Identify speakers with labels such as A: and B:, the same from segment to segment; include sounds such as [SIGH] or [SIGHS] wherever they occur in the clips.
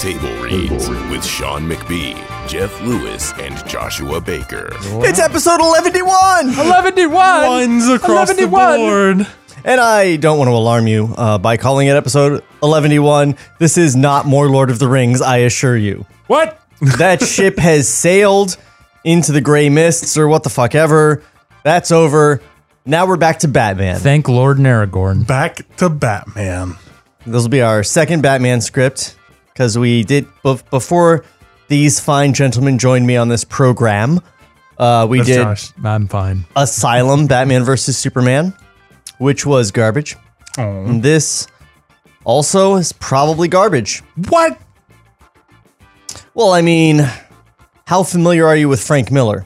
A: Table Reads with Sean McBee, Jeff Lewis, and Joshua Baker.
B: It's episode 111!
C: 111
D: ones across the
C: 11-1.
D: board.
B: And I don't want to alarm you uh, by calling it episode 111. This is not more Lord of the Rings, I assure you.
D: What? [LAUGHS]
B: That ship has sailed into the gray mists or what the fuck ever. That's over. Now we're back to Batman.
C: Thank Lord Narragorn.
D: Back to Batman.
B: This will be our second Batman script because we did bef- before these fine gentlemen joined me on this program. Uh, we
D: That's
B: did
D: Josh.
C: I'm fine.
B: Asylum Batman versus Superman, which was garbage. And this also is probably garbage.
D: What?
B: Well, I mean, how familiar are you with Frank Miller?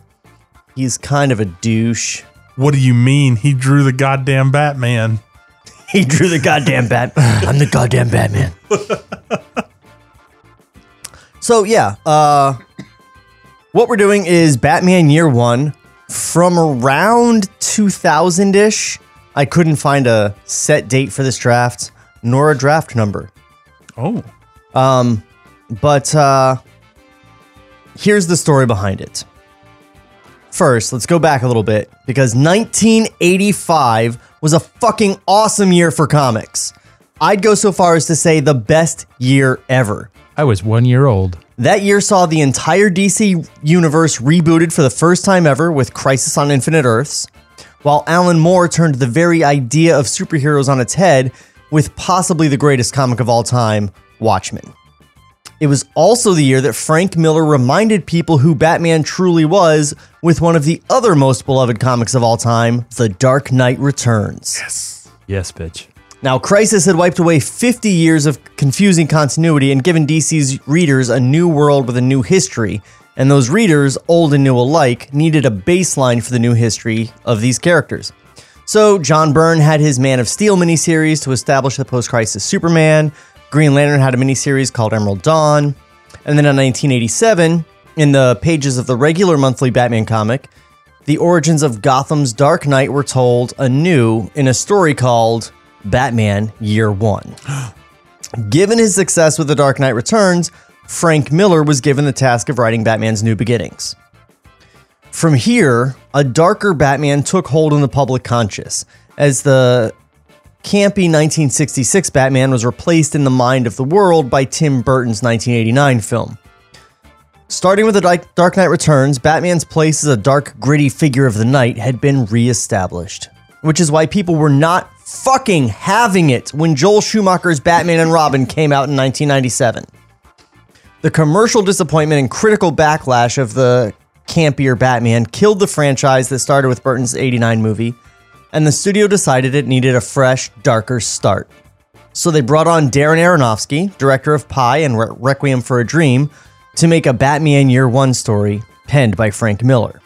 B: He's kind of a douche.
D: What do you mean? He drew the goddamn Batman.
B: He drew the goddamn bat. I'm the goddamn Batman. so yeah, uh, what we're doing is Batman Year One from around 2000 ish. I couldn't find a set date for this draft nor a draft number,
D: Oh,
B: but uh, here's the story behind it. First, let's go back a little bit because 1985 was a fucking awesome year for comics. I'd go so far as to say the best year ever.
C: I was one year old.
B: That year saw the entire DC universe rebooted for the first time ever with Crisis on Infinite Earths, while Alan Moore turned the very idea of superheroes on its head with possibly the greatest comic of all time, Watchmen. It was also the year that Frank Miller reminded people who Batman truly was with one of the other most beloved comics of all time, The Dark Knight Returns.
C: Yes, bitch.
B: Now, Crisis had wiped away 50 years of confusing continuity and given DC's readers a new world with a new history. And those readers, old and new alike, needed a baseline for the new history of these characters. So, John Byrne had his Man of Steel miniseries to establish the post crisis Superman. Green Lantern had a miniseries called Emerald Dawn. And then in 1987, in the pages of the regular monthly Batman comic, the origins of Gotham's Dark Knight were told anew in a story called Batman Year One. [GASPS] given his success with The Dark Knight Returns, Frank Miller was given the task of writing Batman's New Beginnings. From here, a darker Batman took hold in the public conscious as the campy 1966 Batman was replaced in the mind of the world by Tim Burton's 1989 film. Starting with The Di- Dark Knight Returns, Batman's place as a dark, gritty figure of the night had been reestablished, which is why people were not fucking having it when Joel Schumacher's Batman and Robin came out in 1997. The commercial disappointment and critical backlash of the campier Batman killed the franchise that started with Burton's 89 movie, and the studio decided it needed a fresh, darker start. So they brought on Darren Aronofsky, director of Pi and Re- Requiem for a Dream, to make a Batman Year One story penned by Frank Miller.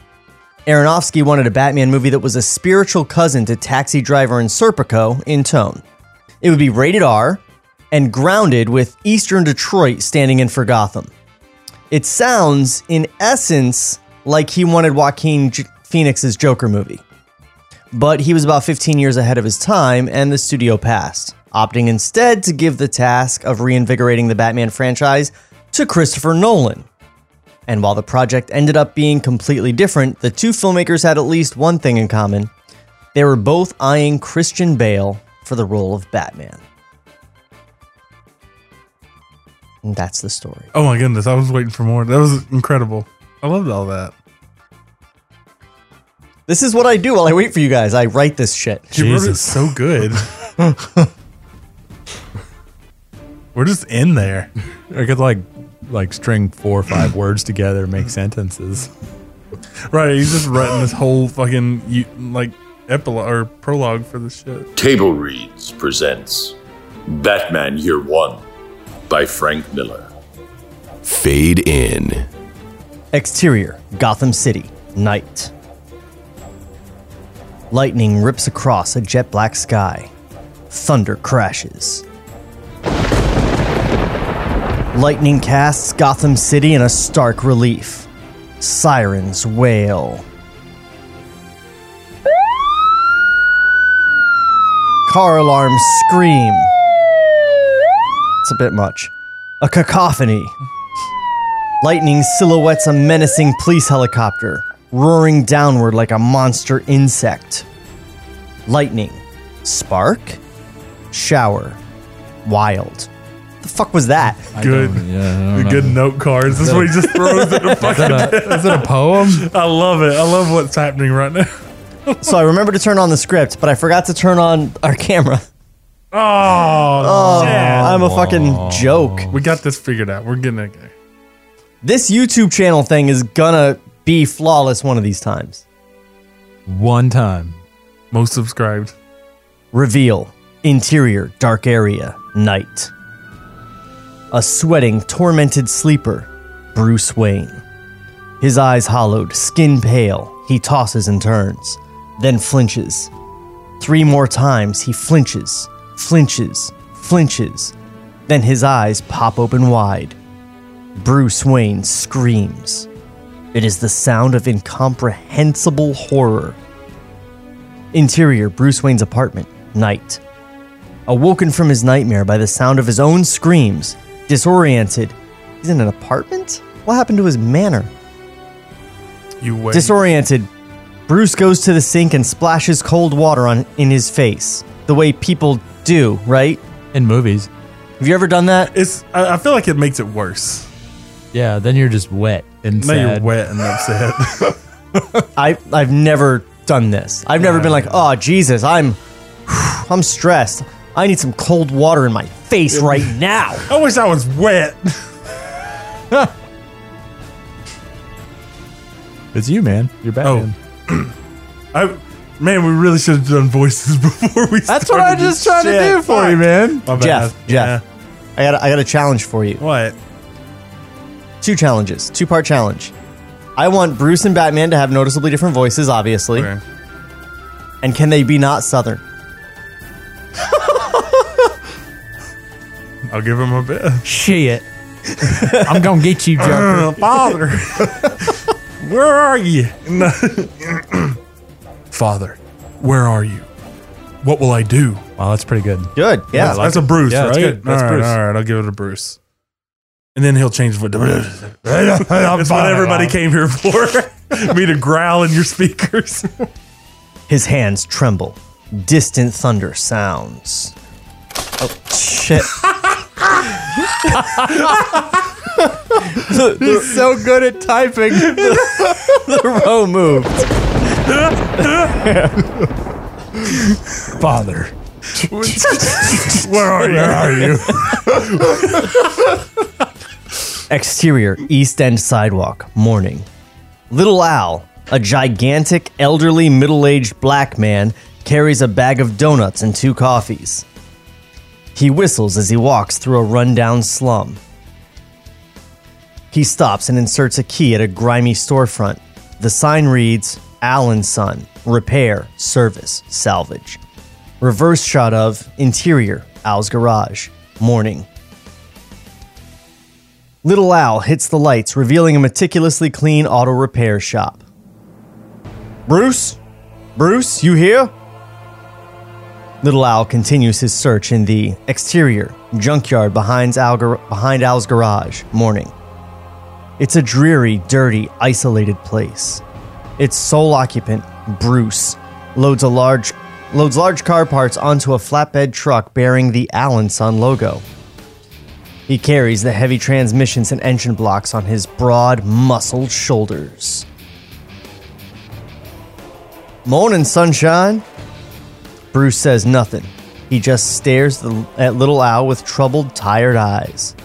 B: Aronofsky wanted a Batman movie that was a spiritual cousin to Taxi Driver and Serpico in tone. It would be rated R and grounded with Eastern Detroit standing in for Gotham. It sounds, in essence, like he wanted Joaquin J- Phoenix's Joker movie but he was about 15 years ahead of his time, and the studio passed, opting instead to give the task of reinvigorating the Batman franchise to Christopher Nolan. And while the project ended up being completely different, the two filmmakers had at least one thing in common they were both eyeing Christian Bale for the role of Batman. And that's the story.
D: oh my goodness! I was waiting for more. That was incredible. I loved all that.
B: This is what I do while I wait for you guys. I write this shit.
D: You wrote it
C: Jesus.
D: so
C: [LAUGHS]
D: good. We're just in there.
C: I could like like string four or [CLEARS THROAT] five words together, make sentences.
D: Right? He's just writing this whole fucking you- like epilogue or prologue for this shit.
E: Table Reads presents Batman Year One by Frank Miller.
A: Fade in.
B: Exterior Gotham City, night. Lightning rips across a jet black sky. Thunder crashes. Lightning casts Gotham City in a stark relief. Sirens wail. Car alarms scream. It's a bit much. A cacophony. Lightning silhouettes a menacing police helicopter, roaring downward like a monster insect. Lightning, spark, shower, wild. The fuck was that?
D: Good.
C: Yeah. I
D: The
C: don't
D: good
C: know.
D: note cards. This is what he
C: [LAUGHS]
D: just throws at the
C: Is that,
D: fucking.
C: a, is that a poem?
D: I love it. I love what's happening right now. [LAUGHS]
B: so I remember to turn on the script, but I forgot to turn on our camera.
D: Oh, shit.
B: I'm a fucking joke.
D: we got this figured out. We're getting it.
B: This YouTube channel thing is gonna be flawless one of these times.
C: One time.
D: Most subscribed.
B: Reveal interior dark area, night. A sweating, tormented sleeper, Bruce Wayne. His eyes hollowed, skin pale, he tosses and turns, then flinches. Three more times he flinches, flinches, flinches, then his eyes pop open wide. Bruce Wayne screams. It is the sound of incomprehensible horror. Interior Bruce Wayne's apartment, night. Awoken from his nightmare by the sound of his own screams, disoriented. He's in an apartment? What happened to his manner?
D: You wait.
B: Disoriented, Bruce goes to the sink and splashes cold water on in his face, the way people do, right?
C: In movies.
B: Have you ever done that?
D: it's. I, I feel like it makes it worse.
C: Yeah, then you're just wet and
D: Now
C: sad.
D: you're wet and upset. [LAUGHS]
B: I I've never done this. I've never been like, "Oh, Jesus, I'm [SIGHS] I'm stressed. I need some cold water in my face right now."
D: I wish I was wet.
C: It's you, man. You're Batman.
D: Oh. [CLEARS THROAT] I, man, we really should have done voices [LAUGHS] before we.
C: That's what I'm just trying to do for you, man.
B: Jeff, Jeff. I got I got a challenge for you.
D: What?
B: two challenges, two part challenge. I want Bruce and Batman to have noticeably different voices, obviously.
D: Okay.
B: And can they be not Southern?
D: I'll give him a bit. [LAUGHS]
C: Shit. I'm gonna get [LAUGHS] you, Joker.
D: Father, where are you? No. Father, where are you? What will I do?
C: Wow, that's pretty good.
B: Good. Yeah.
D: that's, that's a Bruce,
C: Yeah,
D: right?
C: that's good. That's
D: all right,
C: Bruce.
D: All right, I'll give it to Bruce. And then he'll change what. [LAUGHS] That's what
C: fine,
D: everybody [LAUGHS]
C: Rob.
D: came here for. Me to growl in your speakers.
B: His hands tremble. Distant thunder sounds. Oh shit. [LAUGHS]
C: He's so good at typing.
B: [LAUGHS] the row moved.
C: Father.
D: Where are you? Where are you?
B: Exterior East End sidewalk, morning. Little Al, a gigantic, elderly, middle aged black man, carries a bag of donuts and two coffees. He whistles as he walks through a rundown slum. He stops and inserts a key at a grimy storefront. The sign reads Allen Son, Repair, Service, Salvage. Reverse shot of interior Al's garage, morning. Little Al hits the lights, revealing a meticulously clean auto repair shop. Bruce? Bruce, you here? Little Al continues his search in the exterior junkyard behind, Al gar- behind Al's garage, morning. It's a dreary, dirty, isolated place. Its sole occupant, Bruce, loads a large loads large car parts onto a flatbed truck bearing the Allen Son logo. He carries the heavy transmissions and engine blocks on his broad, muscled shoulders. Morning, sunshine. Bruce says nothing. He just stares the- at Little Al with troubled, tired eyes.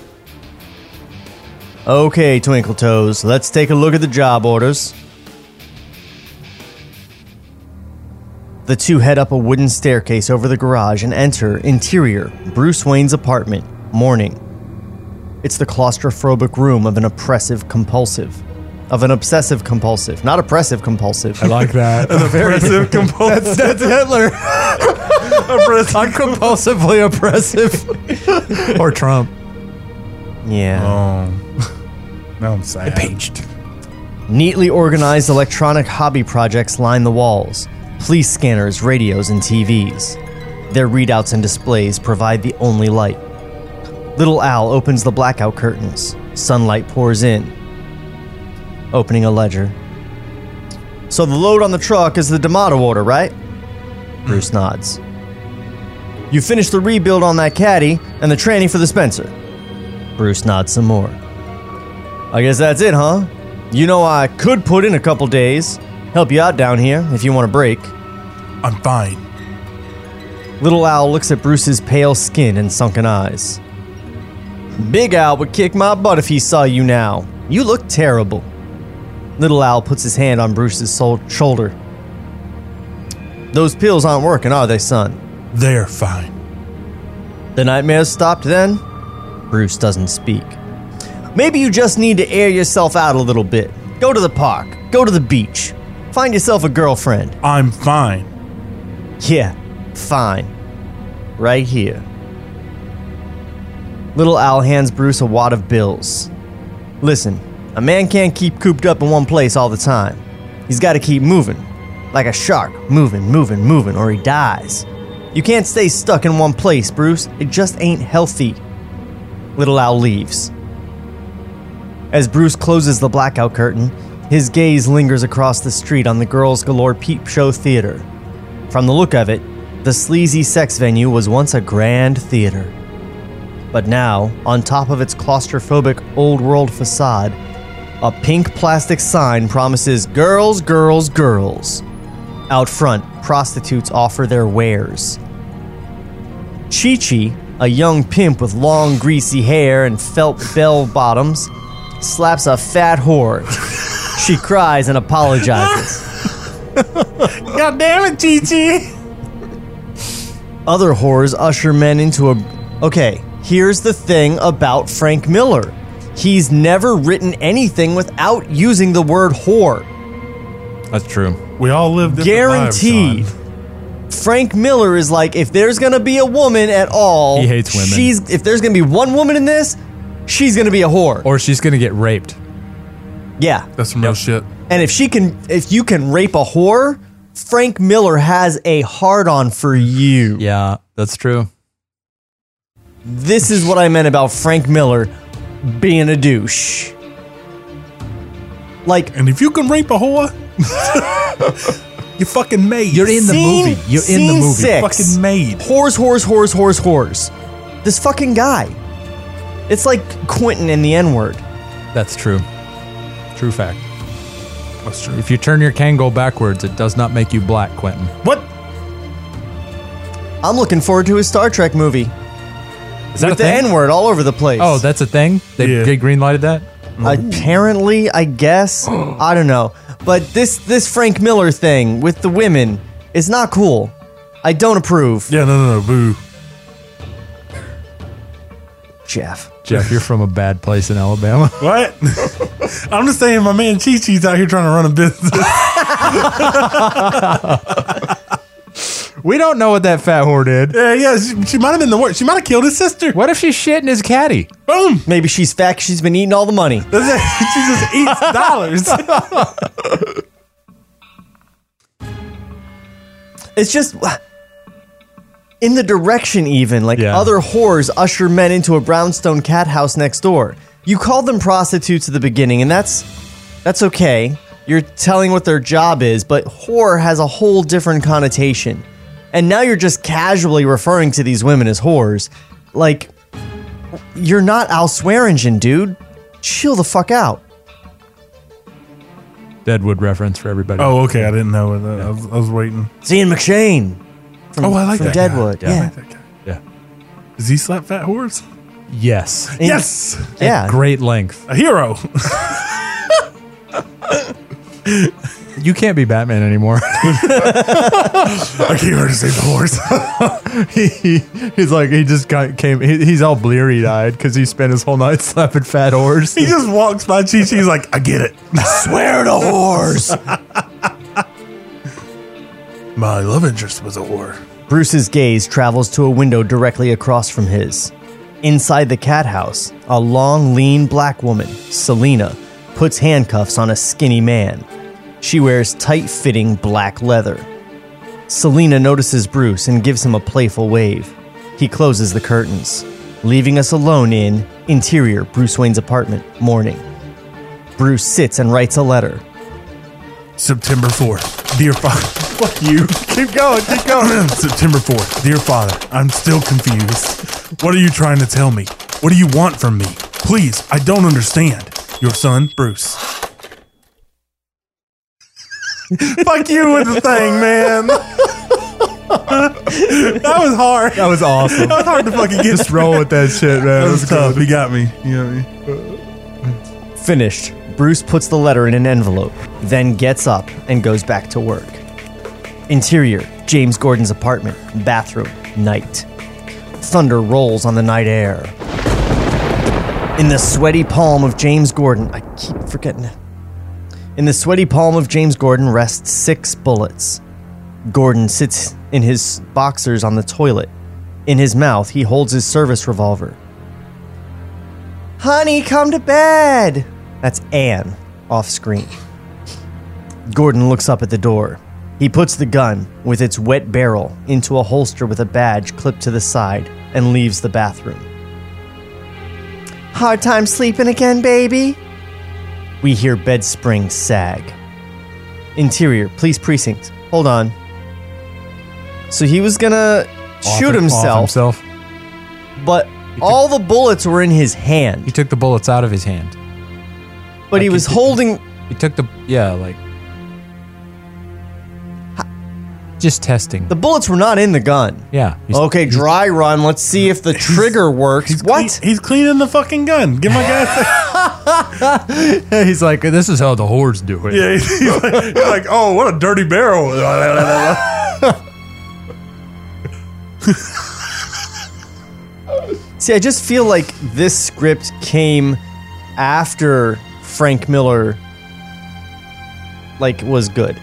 B: Okay, Twinkle Toes, let's take a look at the job orders. The two head up a wooden staircase over the garage and enter interior Bruce Wayne's apartment, morning. It's the claustrophobic room of an oppressive compulsive. Of an obsessive compulsive, not oppressive compulsive.
C: I like that.
D: Oppressive compulsive. [LAUGHS]
B: that's, that's Hitler. I'm compulsively oppressive.
C: or Trump.
B: Yeah.
D: Um, Now I'm sad.
C: Impeached.
B: Neatly organized electronic hobby projects line the walls police scanners, radios, and TVs. Their readouts and displays provide the only light. Little Al opens the blackout curtains. Sunlight pours in, opening a ledger. So the load on the truck is the D'Amato order, right? Bruce nods. You finish the rebuild on that caddy and the tranny for the Spencer. Bruce nods some more. I guess that's it, huh? You know, I could put in a couple days, help you out down here if you want a break.
D: I'm fine.
B: Little Owl looks at Bruce's pale skin and sunken eyes. Big Owl would kick my butt if he saw you now. You look terrible. Little Owl puts his hand on Bruce's sol- shoulder. Those pills aren't working, are they, son?
D: They're fine.
B: The nightmares stopped then? Bruce doesn't speak. Maybe you just need to air yourself out a little bit. Go to the park. Go to the beach. Find yourself a girlfriend.
D: I'm fine.
B: Yeah, fine. Right here. Little Al hands Bruce a wad of bills. Listen, a man can't keep cooped up in one place all the time. He's got to keep moving. Like a shark, moving, moving, moving, or he dies. You can't stay stuck in one place, Bruce. It just ain't healthy. Little Al leaves. As Bruce closes the blackout curtain, his gaze lingers across the street on the Girls Galore Peep Show Theater. From the look of it, the sleazy sex venue was once a grand theater. But now, on top of its claustrophobic old world facade, a pink plastic sign promises girls, girls, girls. Out front, prostitutes offer their wares. Chi Chi, a young pimp with long, greasy hair and felt bell bottoms, slaps a fat whore. She cries and apologizes.
C: God damn it, Chi
B: other whores usher men into a. Okay, here's the thing about Frank Miller. He's never written anything without using the word whore.
C: That's true.
D: We all live different
B: Guaranteed.
D: lives, Sean.
B: Frank Miller is like, if there's gonna be a woman at all,
C: He hates women.
B: She's if there's gonna be one woman in this, she's gonna be a whore.
C: Or she's gonna get raped.
B: yeah.
D: That's some real shit.
B: And if she can if you can rape a whore, Frank Miller has a hard on for you.
C: Yeah, that's true.
B: This is what I meant about Frank Miller being a douche. Like
D: And if you can rape a whore, [LAUGHS] you fucking made. You're
C: in the
B: scene,
C: movie. You're in the
B: scene
C: movie.
B: Six,
D: fucking made.
B: Whores, whores, whores, whores, whores. This fucking guy. It's like Quentin in the N word.
C: That's true. True fact.
D: That's true.
C: If you turn your Kangol backwards, it does not make you black, Quentin.
D: What?
B: I'm looking forward to his Star Trek movie
C: Is that
B: with
C: a
B: the
C: thing?
B: N word all over the place.
C: Oh, that's a thing. They,
D: Yeah.
C: they green lighted that.
B: apparently, I
C: [GASPS]
B: guess. I don't know. But this this Frank Miller thing with the women is not cool. I don't approve.
D: Yeah, no, no, no, boo.
B: Jeff.
C: Jeff, you're from a bad place in Alabama. [LAUGHS]
D: What? [LAUGHS] I'm just saying, my man Chi Chi's out here trying to run a business. [LAUGHS]
C: we don't know what that fat whore did.
D: yeah, yeah. She, she might have been the worst. She might have killed his sister.
C: What if she's shitting his caddy?
D: Boom.
B: Maybe she's fat. 'cause She's been eating all the money.
D: That's it. [LAUGHS] she just eats dollars.
B: It's just in the direction, even like
C: Yeah.
B: other whores usher men into a brownstone cat house next door. You call them prostitutes at the beginning, and that's that's okay. You're telling what their job is, but whore has a whole different connotation. And now you're just casually referring to these women as whores. Like, you're not Al Swearingen, dude. Chill the fuck out.
C: Deadwood reference for everybody.
D: [LAUGHS] oh, okay. I didn't know. I was, I was waiting.
B: Ian McShane from,
D: Oh, I like
B: from
D: that guy.
B: Deadwood.
C: Yeah, I
B: Yeah,
D: I like that guy.
C: yeah.
D: Does he slap fat whores?
C: Yes.
B: And- [LAUGHS]
D: Yes.
B: yeah.
D: [LAUGHS]
C: Great length.
D: A hero.
C: You can't be Batman anymore. I came here to save the horse. [LAUGHS] he, he- he's like he just got, came. He, he's all bleary eyed because he spent his whole night [LAUGHS] slapping fat horse.
D: He just walks by Chi Chi's like, I get it.
C: swear to horse.
D: My love interest was a whore.
B: Bruce's gaze travels to a window directly across from his. Inside the cat house, a long, lean black woman, Selina, puts handcuffs on a skinny man. She wears tight fitting black leather. Selina notices Bruce and gives him a playful wave. He closes the curtains, leaving us alone in interior Bruce Wayne's apartment, morning. Bruce sits and writes a letter.
D: September 4th. Dear Father. [LAUGHS] Fuck you. Keep going. Keep going. [CLEARS THROAT] September 4th. Dear Father, I'm still confused. What are you trying to tell me? What do you want from me? Please, I don't understand. Your son, Bruce. [LAUGHS] Fuck you with the thing, man. that was
C: [LAUGHS]
D: hard.
C: [LAUGHS] That was awesome.
D: That was hard to fucking get.
C: just roll with that shit, man.
D: That
C: That
D: was tough. He got me. You know me.
B: Finished, Bruce puts the letter in an envelope, then gets up and goes back to work. Interior, James Gordon's apartment, bathroom, night. Thunder rolls on the night air. In the sweaty palm of James Gordon, I keep forgetting it. In the sweaty palm of James Gordon rests six bullets. Gordon sits in his boxers on the toilet. In his mouth, he holds his service revolver. Honey, come to bed. That's Anne off screen. Gordon looks up at the door. He puts the gun, with its wet barrel, into a holster with a badge clipped to the side and leaves the bathroom. Hard time sleeping again, baby? We hear bed springs sag. Interior, police precinct. Hold on. So he was gonna shoot himself,
C: himself.
B: but all the bullets were in his hand.
C: He took the bullets out of his hand.
B: But he
C: Like,
B: was
C: it-
B: holding.
C: He took the yeah, like just testing.
B: The bullets were not in the gun.
C: yeah. he's-
B: Okay, dry run. Let's see if the trigger works. What?
D: He- he's cleaning the fucking gun. Give my guy a
C: [LAUGHS]
D: second.
C: He's like, this is how the hordes do it.
D: [LAUGHS] Yeah, he's like, he's like, oh, what a dirty barrel.
B: See, I just feel like this script came after Frank Miller like was good.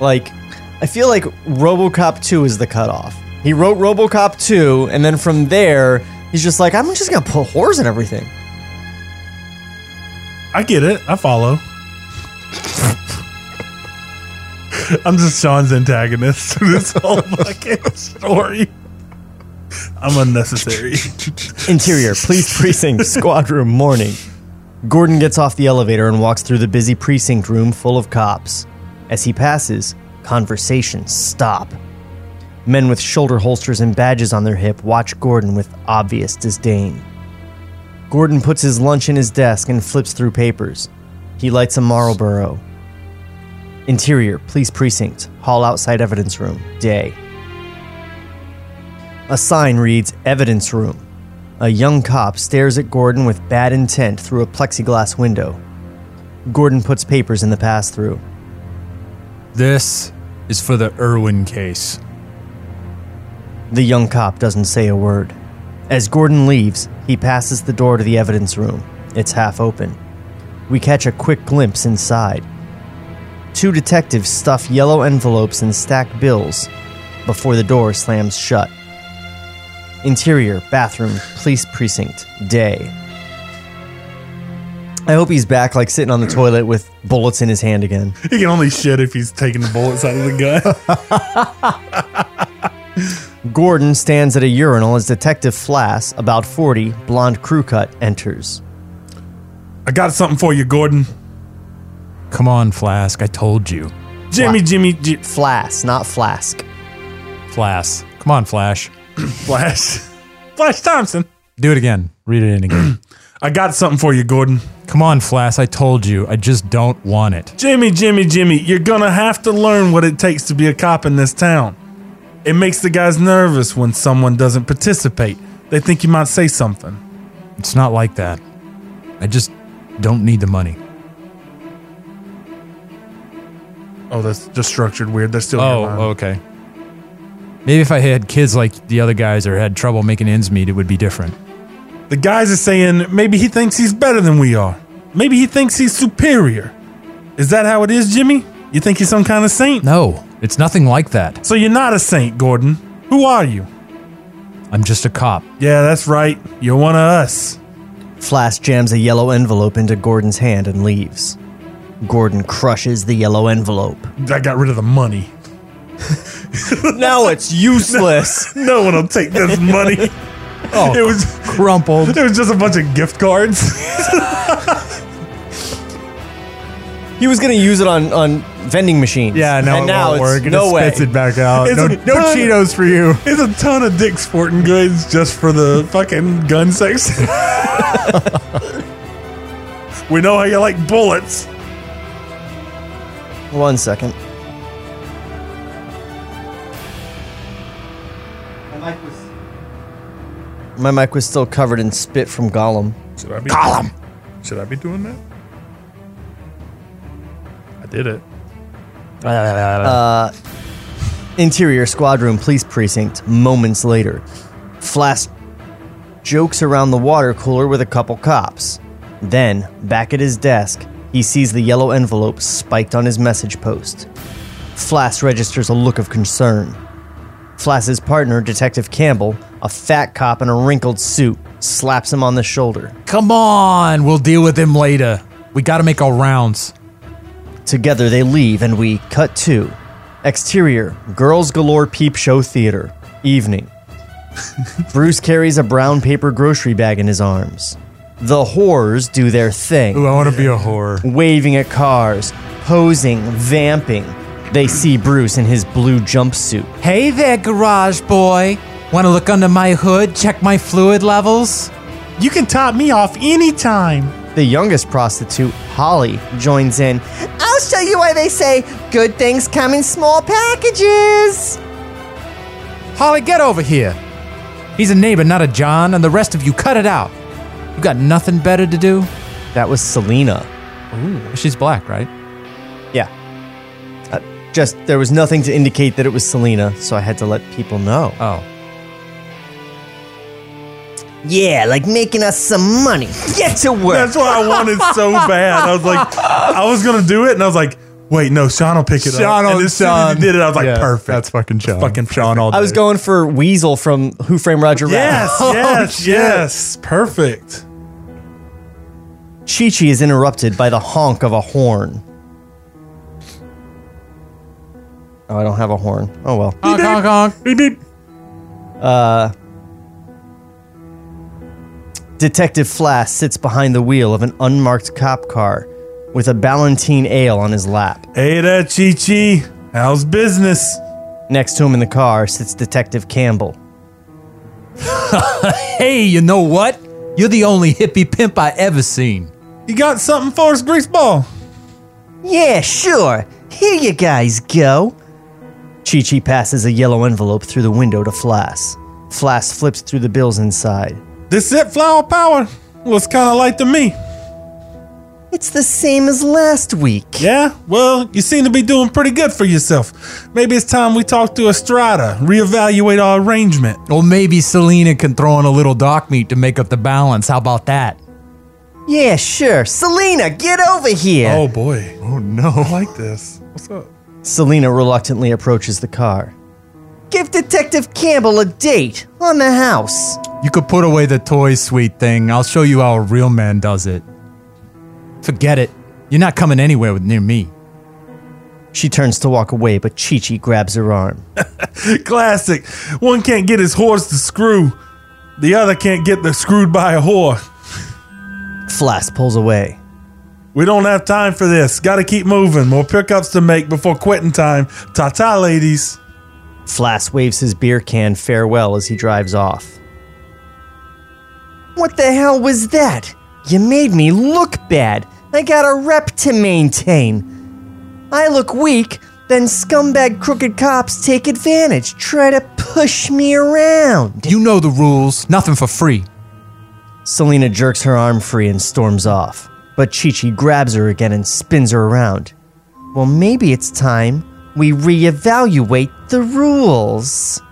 B: Like I feel like RoboCop 2 is the cutoff. He wrote RoboCop 2 and then from there he's just like I'm just going to put whores in everything.
D: [LAUGHS] I get it. I follow. I'm just Sean's antagonist to this whole fucking story. I'm unnecessary.
B: Interior, police precinct, squad room, morning. Gordon gets off the elevator and walks through the busy precinct room full of cops. As he passes, conversations stop. Men with shoulder holsters and badges on their hip watch Gordon with obvious disdain. Gordon puts his lunch in his desk and flips through papers. He lights a Marlboro. Interior, police precinct, hall outside evidence room, day. A sign reads Evidence Room. A young cop stares at Gordon with bad intent through a plexiglass window. Gordon puts papers in the pass through.
C: This is for the Irwin case.
B: The young cop doesn't say a word. As Gordon leaves, he passes the door to the evidence room. It's half open. We catch a quick glimpse inside. Two detectives stuff yellow envelopes and stack bills before the door slams shut. Interior, bathroom, police precinct, day. I hope he's back, like sitting on the toilet with bullets in his hand again.
D: he can only shit if he's taking the bullets out of the gun.
B: Gordon stands at a urinal as Detective Flass, about 40, blonde crew cut, enters.
D: I got something for you, Gordon.
C: Come on, Flask. I told you.
D: Jimmy, Jimmy, J-
B: Flass, not flask.
C: Flask. Come on, Flash.
D: Flash. Flash Thompson.
C: Do it again. Read it in again.
D: I got something for you, Gordon.
C: Come on, Flask. I told you. I just don't want it.
D: Jimmy, Jimmy, Jimmy, you're gonna have to learn what it takes to be a cop in this town. It makes the guys nervous when someone doesn't participate. They think you might say something.
C: It's not like that. I just don't need the money.
D: Oh, that's just structured weird. That's still
E: Oh,
D: your line.
E: okay. Maybe if I had kids like the other guys or had trouble making ends meet, it would be different.
D: The guys are saying maybe he thinks he's better than we are. Maybe he thinks he's superior. Is that how it is, Jimmy? You think he's some kind of saint?
E: No, it's nothing like that.
D: So you're not a saint, Gordon. Who are you?
E: I'm just a cop.
D: Yeah, that's right. You're one of us.
B: Flash jams a yellow envelope into Gordon's hand and leaves. Gordon crushes the
C: [LAUGHS]
B: yellow envelope.
D: I got rid of the money. [LAUGHS]
B: now it's [LAUGHS] useless.
D: No one will take this money.
E: [LAUGHS] Oh,
D: It was
E: [LAUGHS] crumpled.
D: [LAUGHS] it was just a bunch of gift cards. [LAUGHS]
B: he was going to use it on, on vending machines.
C: Yeah, no,
B: and
C: it
B: now
C: won't
B: it's
C: work. It
B: no
C: just
B: way.
C: spits it back out.
D: It's
C: No,
D: a
C: no
D: ton-
C: Cheetos for you.
D: It's a ton of Dick's Sporting Goods just for the fucking gun section. [LAUGHS] we know how you like bullets.
B: One second. My mic was still covered in spit from Gollum.
D: Should I be Column. Should I be doing that? I did it.
B: Interior squad room police precinct moments later. Flash jokes around the water cooler with a couple cops. Then, back at his desk, he sees the yellow envelope spiked on his message post. Flash registers a look of concern. Flash's partner, Detective Campbell, a fat cop in a wrinkled suit, slaps him on the shoulder.
E: Come on, we'll deal with him later. We gotta make our rounds.
B: Together they leave and we cut to exterior girls galore peep show theater evening. Bruce carries a brown paper grocery bag in his arms. The whores do their thing,
D: I want to be a whore.
B: waving at cars, posing, vamping. They see Bruce in his blue jumpsuit.
E: Hey there, garage boy. Wanna look under my hood, check my fluid levels?
D: You can top me off anytime.
B: The youngest prostitute, Holly, joins in. I'll show you why they say good things come in small packages.
E: Holly, get over here. He's a neighbor, not a John, and the rest of you cut it out. You got nothing better to do?
B: That was Selena.
E: She's black, right?
B: Yeah. Uh, just, there was nothing to indicate that it was Selena, so I had to let people know.
E: Oh.
B: Yeah, like making us some money. Get to work.
D: That's what I wanted
B: [LAUGHS]
D: so bad. I was like, I was gonna do it, and I was like, wait, no, Sean will pick it
C: Sean
D: up.
C: on
D: and as soon as
C: Sean.
D: he did it, I was like,
C: Yeah,
D: perfect.
C: That's fucking Sean.
D: fucking Sean all day.
B: I was going for Weasel from Who Framed Roger Rabbit. Oh. [LAUGHS]
D: Yes, yes, yes. Perfect.
B: Chi Chi is interrupted by the honk of a horn. Oh, I don't have a horn. Oh, well.
E: Honk, honk, honk.
B: Detective Flash sits behind the wheel of an unmarked cop car with a Ballantine ale on his lap.
D: Hey there, Chi Chi. How's business?
B: Next to him in the car sits Detective Campbell.
E: Hey, you know what? You're the only hippie pimp I ever seen.
D: You got something for us, Greaseball?
B: Yeah, sure. Here you guys go. Chi Chi passes a yellow envelope through the window to Flass. Flass flips through the bills inside.
D: This it, Flower Power. Looks kind of like to me.
B: It's the same as last week.
D: Yeah, well, you seem to be doing pretty good for yourself. Maybe it's time we talk to Estrada, reevaluate our arrangement.
E: Or maybe Selena can throw in a little dark meat to make up the balance. How about that?
B: Yeah, sure. Selena, get over here.
D: Oh boy. Oh no. I like this. What's up?
B: Selena reluctantly approaches the car. Give Detective Campbell a date on the house.
E: You could put away the toy sweet thing. I'll show you how a real man does it. Forget it. You're not coming anywhere with near me.
B: She turns to walk away, but Chi Chi grabs her arm.
D: [LAUGHS] Classic. One can't get his horse to screw, the other can't get the screwed by a whore.
B: Flass pulls away.
D: We don't have time for this. Gotta keep moving. More pickups to make before quitting time. Ta ta, ladies.
B: Flass waves his beer can farewell as he drives off. What the hell was that? You made me look bad. I got a rep to maintain. I look weak, then scumbag crooked cops take advantage, try to push me around.
E: You know the rules. Nothing for free.
B: Selena jerks her arm free and storms off, but Chi Chi grabs her again and spins her around. Well, maybe it's time we reevaluate the rules.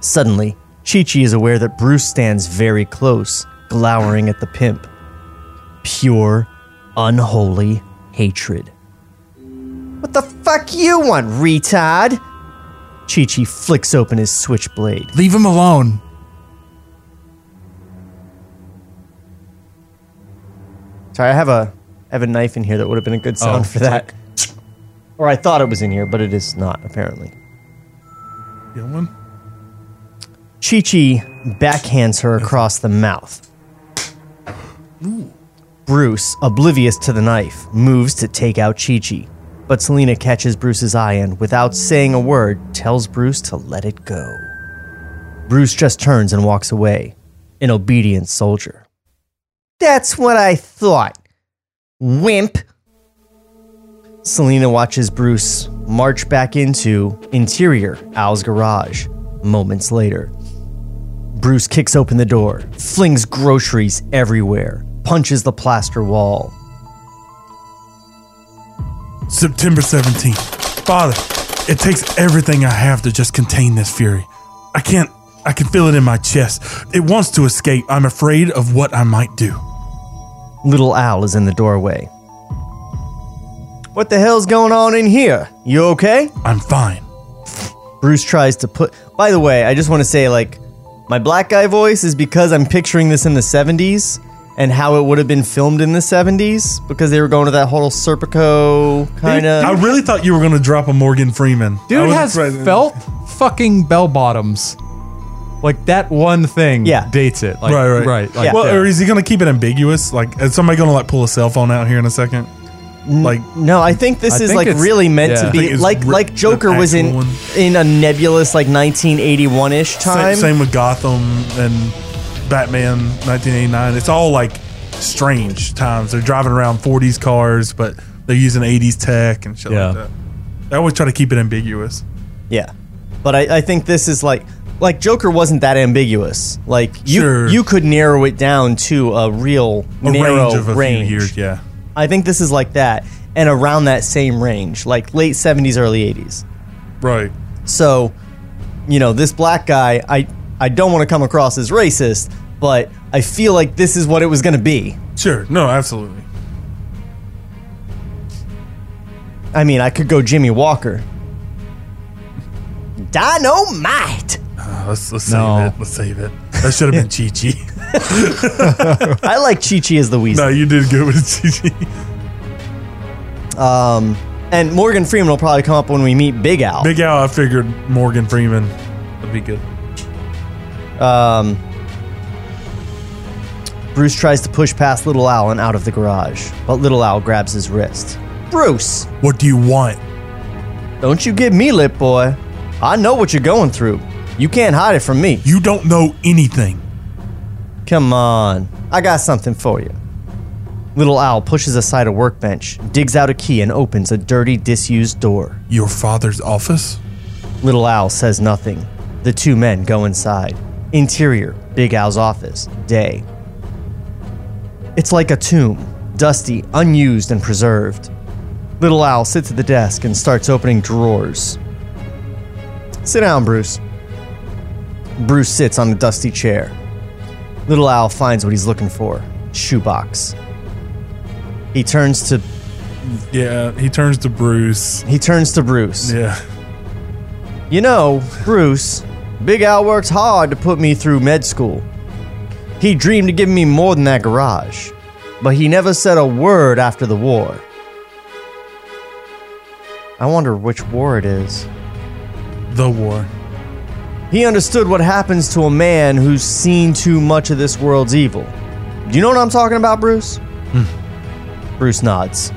B: Suddenly, Chi Chi is aware that Bruce stands very close, glowering at the pimp. Pure, unholy hatred. What the fuck you want, retard? Chi Chi flicks open his switchblade.
E: Leave him alone.
B: Sorry, I have a I have a knife in here that would have been a good
E: Oh,
B: sound Oh, for that. Or I thought it was in here, but it is not, apparently.
D: You know one?
B: Chi Chi backhands her across the mouth. Bruce, oblivious to the knife, moves to take out Chi Chi. But Selena catches Bruce's eye and, without saying a word, tells Bruce to let it go. Bruce just turns and walks away, an obedient soldier. That's what I thought. Wimp. Selena watches Bruce march back into interior Al's garage moments later. Bruce kicks open the door, flings groceries everywhere, punches the plaster wall.
D: September 17th. Father, it takes everything I have to just contain this fury. I can't, I can feel it in my chest. It wants to escape. I'm afraid of what I might do.
B: Little Al is in the doorway. What the hell's going on in here? You okay?
D: I'm fine.
B: Bruce tries to put. By the way, I just want to say, like, my black guy voice is because I'm picturing this in the 70s and how it would have been filmed in the 70s because they were going to that whole Serpico kind
D: I
B: of.
D: really thought you were going to drop a Morgan Freeman. I
E: Dude
D: was
E: has
D: surprised-
E: felt fucking bell bottoms. Like that one thing
B: Yeah.
E: dates it. Like,
D: Right, right,
E: right.
B: Yeah.
E: Like,
D: well,
E: that.
D: or is he going to keep it ambiguous? Like, is somebody going to like pull a cell phone out here in a second? Like,
B: No, I think this
E: I
B: is
E: think
B: like
E: it's-
B: really meant
E: yeah.
B: to
E: I
D: think
B: be
D: it's
B: like
D: re-
B: like Joker
D: the
B: was in
D: actual one.
B: in a nebulous like 1981 ish time.
D: same, same with Gotham and Batman 1989. It's all like strange times. They're driving around 40s cars, but they're using 80s tech and shit
E: Yeah.
D: like that. I always try to keep it ambiguous.
B: Yeah, but I, I think this is like like Joker wasn't that ambiguous. Like you
D: Sure.
B: you could narrow it down to a real
D: A
B: narrow
D: range of a
B: range.
D: few years, yeah.
B: I think this is like that and around that same range, like late 70s, early 80s.
D: Right.
B: So, you know, this black guy, I I don't want to come across as racist, but I feel like this is what it was going to be.
D: Sure. No, absolutely.
B: I mean, I could go Jimmy Walker. Dynamite.
D: Uh, let's let's
E: No.
D: save it. Let's save it. That
B: [LAUGHS]
D: should have been Chi Chi.
B: I like Chi Chi as the Weasel.
D: [LAUGHS] no, you did good with Chi Chi.
B: And Morgan Freeman will probably come up when we meet Big Al.
D: Big Al, I figured Morgan Freeman would be good.
B: Um, Bruce tries to push past Little Al and out of the garage, but Little Al grabs his wrist. Bruce,
D: What do you want?
B: don't you give me lip, boy. I know what you're going through. You can't hide it from me.
D: You don't know anything.
B: Come on, I got something for you. Little Al pushes aside a workbench, digs out a key, and opens a dirty, disused door.
D: Your father's office?
B: Little Al says nothing. The two men go inside. Interior, Big Al's office, day. It's like a tomb, dusty, unused, and preserved. Little Al sits at the desk and starts opening drawers. Sit down, Bruce. Bruce sits on a dusty chair. Little Al finds what he's looking for shoebox. He turns to
D: Yeah, he turns to Bruce.
B: he turns to Bruce.
D: Yeah.
B: You know, Bruce, Big Al works hard to put me through med school. He dreamed of giving me more than that garage, but he never said a word after the war. I wonder which war it is.
D: The war.
B: He understood what happens to a man who's seen too much of this world's evil. Do you know what I'm talking about, Bruce? Bruce nods.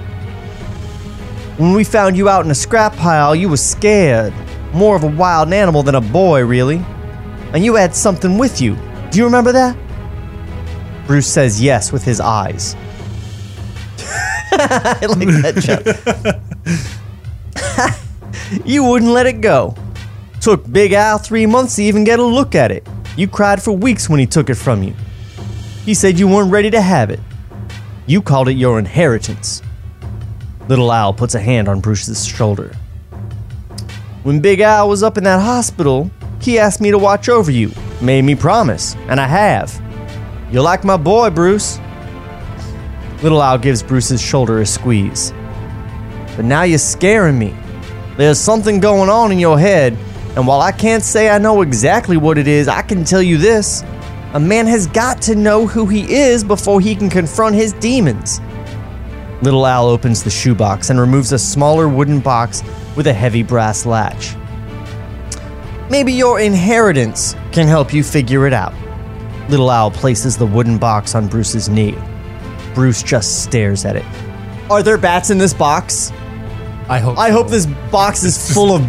B: When we found you out in a scrap pile, you were scared. More of a wild animal than a boy, really. And you had something with you. Do you remember that? Bruce says yes with his eyes. [LAUGHS] I like that joke. [LAUGHS] you wouldn't let it go. Took Big Al three months to even get a look at it. You cried for weeks when he took it from you. He said you weren't ready to have it. You called it your inheritance. Little Al puts a hand on Bruce's shoulder. When Big Al was up in that hospital, he asked me to watch over you, made me promise, and I have. You're like my boy, Bruce. Little Al gives Bruce's shoulder a squeeze. But now you're scaring me. There's something going on in your head, and while I can't say I know exactly what it is, I can tell you this. A man has got to know who he is before he can confront his demons. Little Al opens the shoebox and removes a smaller wooden box with a heavy brass latch. Maybe your inheritance can help you figure it out. Little Owl places the wooden box on Bruce's knee. Bruce just stares at it. Are there bats in this box?
E: I hope.
B: I
E: so.
B: hope this box is full of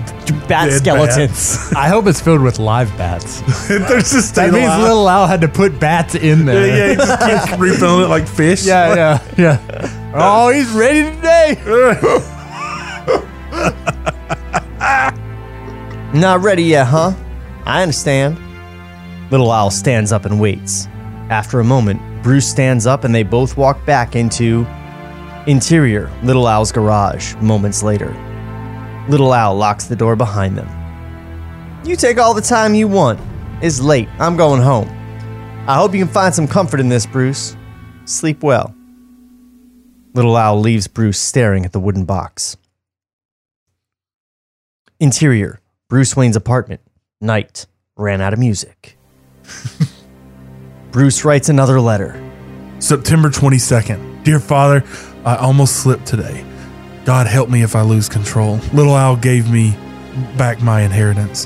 B: bat skeletons.
E: [LAUGHS] I hope it's filled with live bats.
C: There's just
E: that means Little Al had to put bats in there.
D: Yeah,
E: [LAUGHS]
D: he just keeps [LAUGHS] refilling it like fish.
E: yeah,
B: [LAUGHS]
E: yeah, yeah. Oh, he's ready today.
B: Not ready yet, huh? I understand. Little Owl stands up and waits. After a moment, Bruce stands up and they both walk back into interior Little Owl's garage moments later. Little Owl locks the door behind them. You take all the time you want. It's late. I'm going home. I hope you can find some comfort in this, Bruce. Sleep well. Little Owl leaves Bruce staring at the wooden box. Interior Bruce Wayne's apartment. Night ran out of
D: [LAUGHS]
B: music. Bruce writes another letter.
D: September 22nd. Dear Father, I almost slipped today. God help me if I lose control. Little Owl gave me back my inheritance.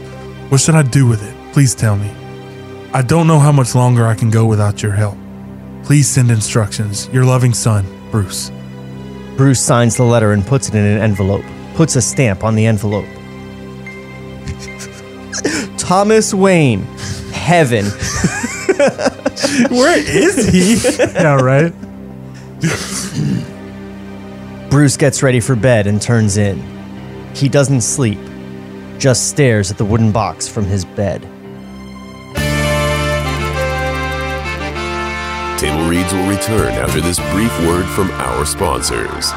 D: What should I do with it? Please tell me. I don't know how much longer I can go without your help. Please send instructions. Your loving son, Bruce.
B: Bruce signs the letter and puts it in an envelope, puts a stamp on the
D: [LAUGHS]
B: envelope. Thomas Wayne, heaven.
D: [LAUGHS] Where is he? yeah, right?
B: [LAUGHS] Bruce gets ready for bed and turns in. He doesn't sleep, just stares at the wooden box from his bed.
A: Table Reads will return after this brief word from our sponsors.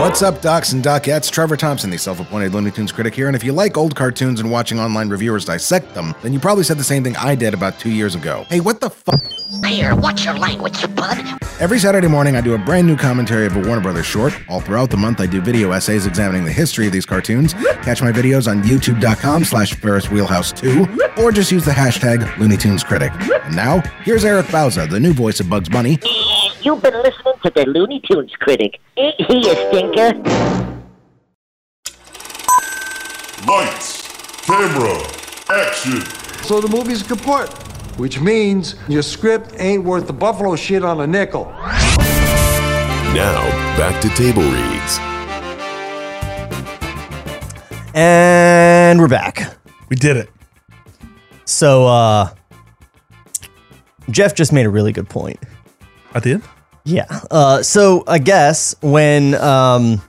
F: What's up, docs and docettes? Trevor Thompson, the self appointed Looney Tunes critic here. And if you like old cartoons and watching online reviewers dissect them, then you probably said the same thing I did about two years ago. Hey, what the fuck?
G: Here, watch your language, bud.
F: Every Saturday morning, I do a brand new commentary of a Warner Brothers short. All throughout the month, I do video essays examining the history of these cartoons. Catch my videos on youtube.com slash Ferris Wheelhouse 2, or just use the hashtag Looney Tunes Critic. And now, here's Eric Bauza, the new voice of Bugs Bunny,
G: You've been listening to the Looney Tunes critic. Ain't he a stinker?
H: Lights, camera, action.
I: So the movie's kaput, which means your script ain't worth the buffalo shit on a nickel.
A: Now, back to Table Reads.
B: And we're back.
D: [LAUGHS] We did it.
B: So, uh, Jeff just made a really good point.
D: I did?
B: Yeah. Uh, so I guess when um,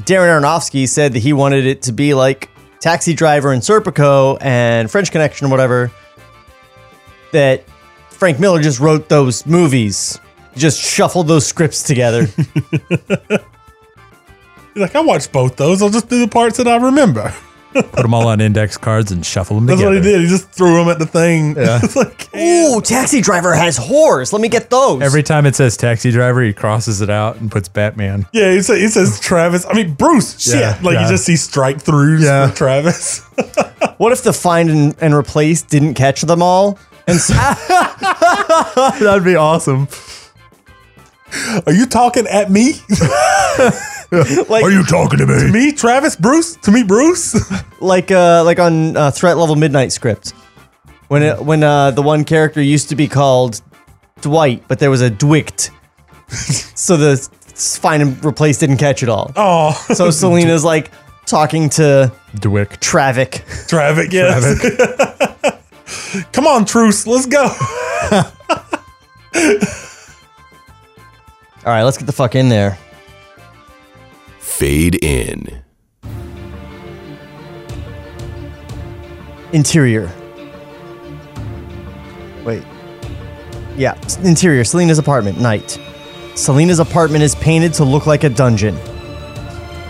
B: Darren Aronofsky said that he wanted it to be like Taxi Driver and Serpico and French Connection or whatever, that Frank Miller just wrote those movies, just shuffled those scripts together.
D: He's like, I watched both those. I'll just do the parts that I remember. [LAUGHS]
E: Put them all on index cards and shuffle them
D: That's
E: together.
D: what he did. He just threw them at the thing. [LAUGHS] it's like,
B: Ooh, Taxi Driver has whores. Let me get those.
E: Every time it says taxi driver, he crosses it out and puts Batman.
D: yeah, he says, he says Travis. I mean, Bruce.
E: Yeah,
D: shit. Like,
E: yeah.
D: you just see strike throughs
C: Yeah.
D: for Travis. [LAUGHS]
B: what if the find and, and replace didn't catch them all? And so,
C: That'd be awesome.
D: Are you talking at me? [LAUGHS]
B: like,
D: you talking to me? To me, Travis, Bruce? To me, Bruce? [LAUGHS]
B: like uh like on uh, threat level midnight script when it, when uh the one character used to be called Dwight but there was a Dwicht [LAUGHS] so the s- find and replace didn't catch it all
D: Oh,
B: so Selena's like talking to
E: Dwick.
B: Travick
D: [LAUGHS] Travis, yes. [LAUGHS] Come on, Truce, let's go. [LAUGHS]
B: all right let's get the fuck in there
A: Fade in.
B: interior wait yeah s- interior Selena's apartment night Selena's apartment is painted to look like a dungeon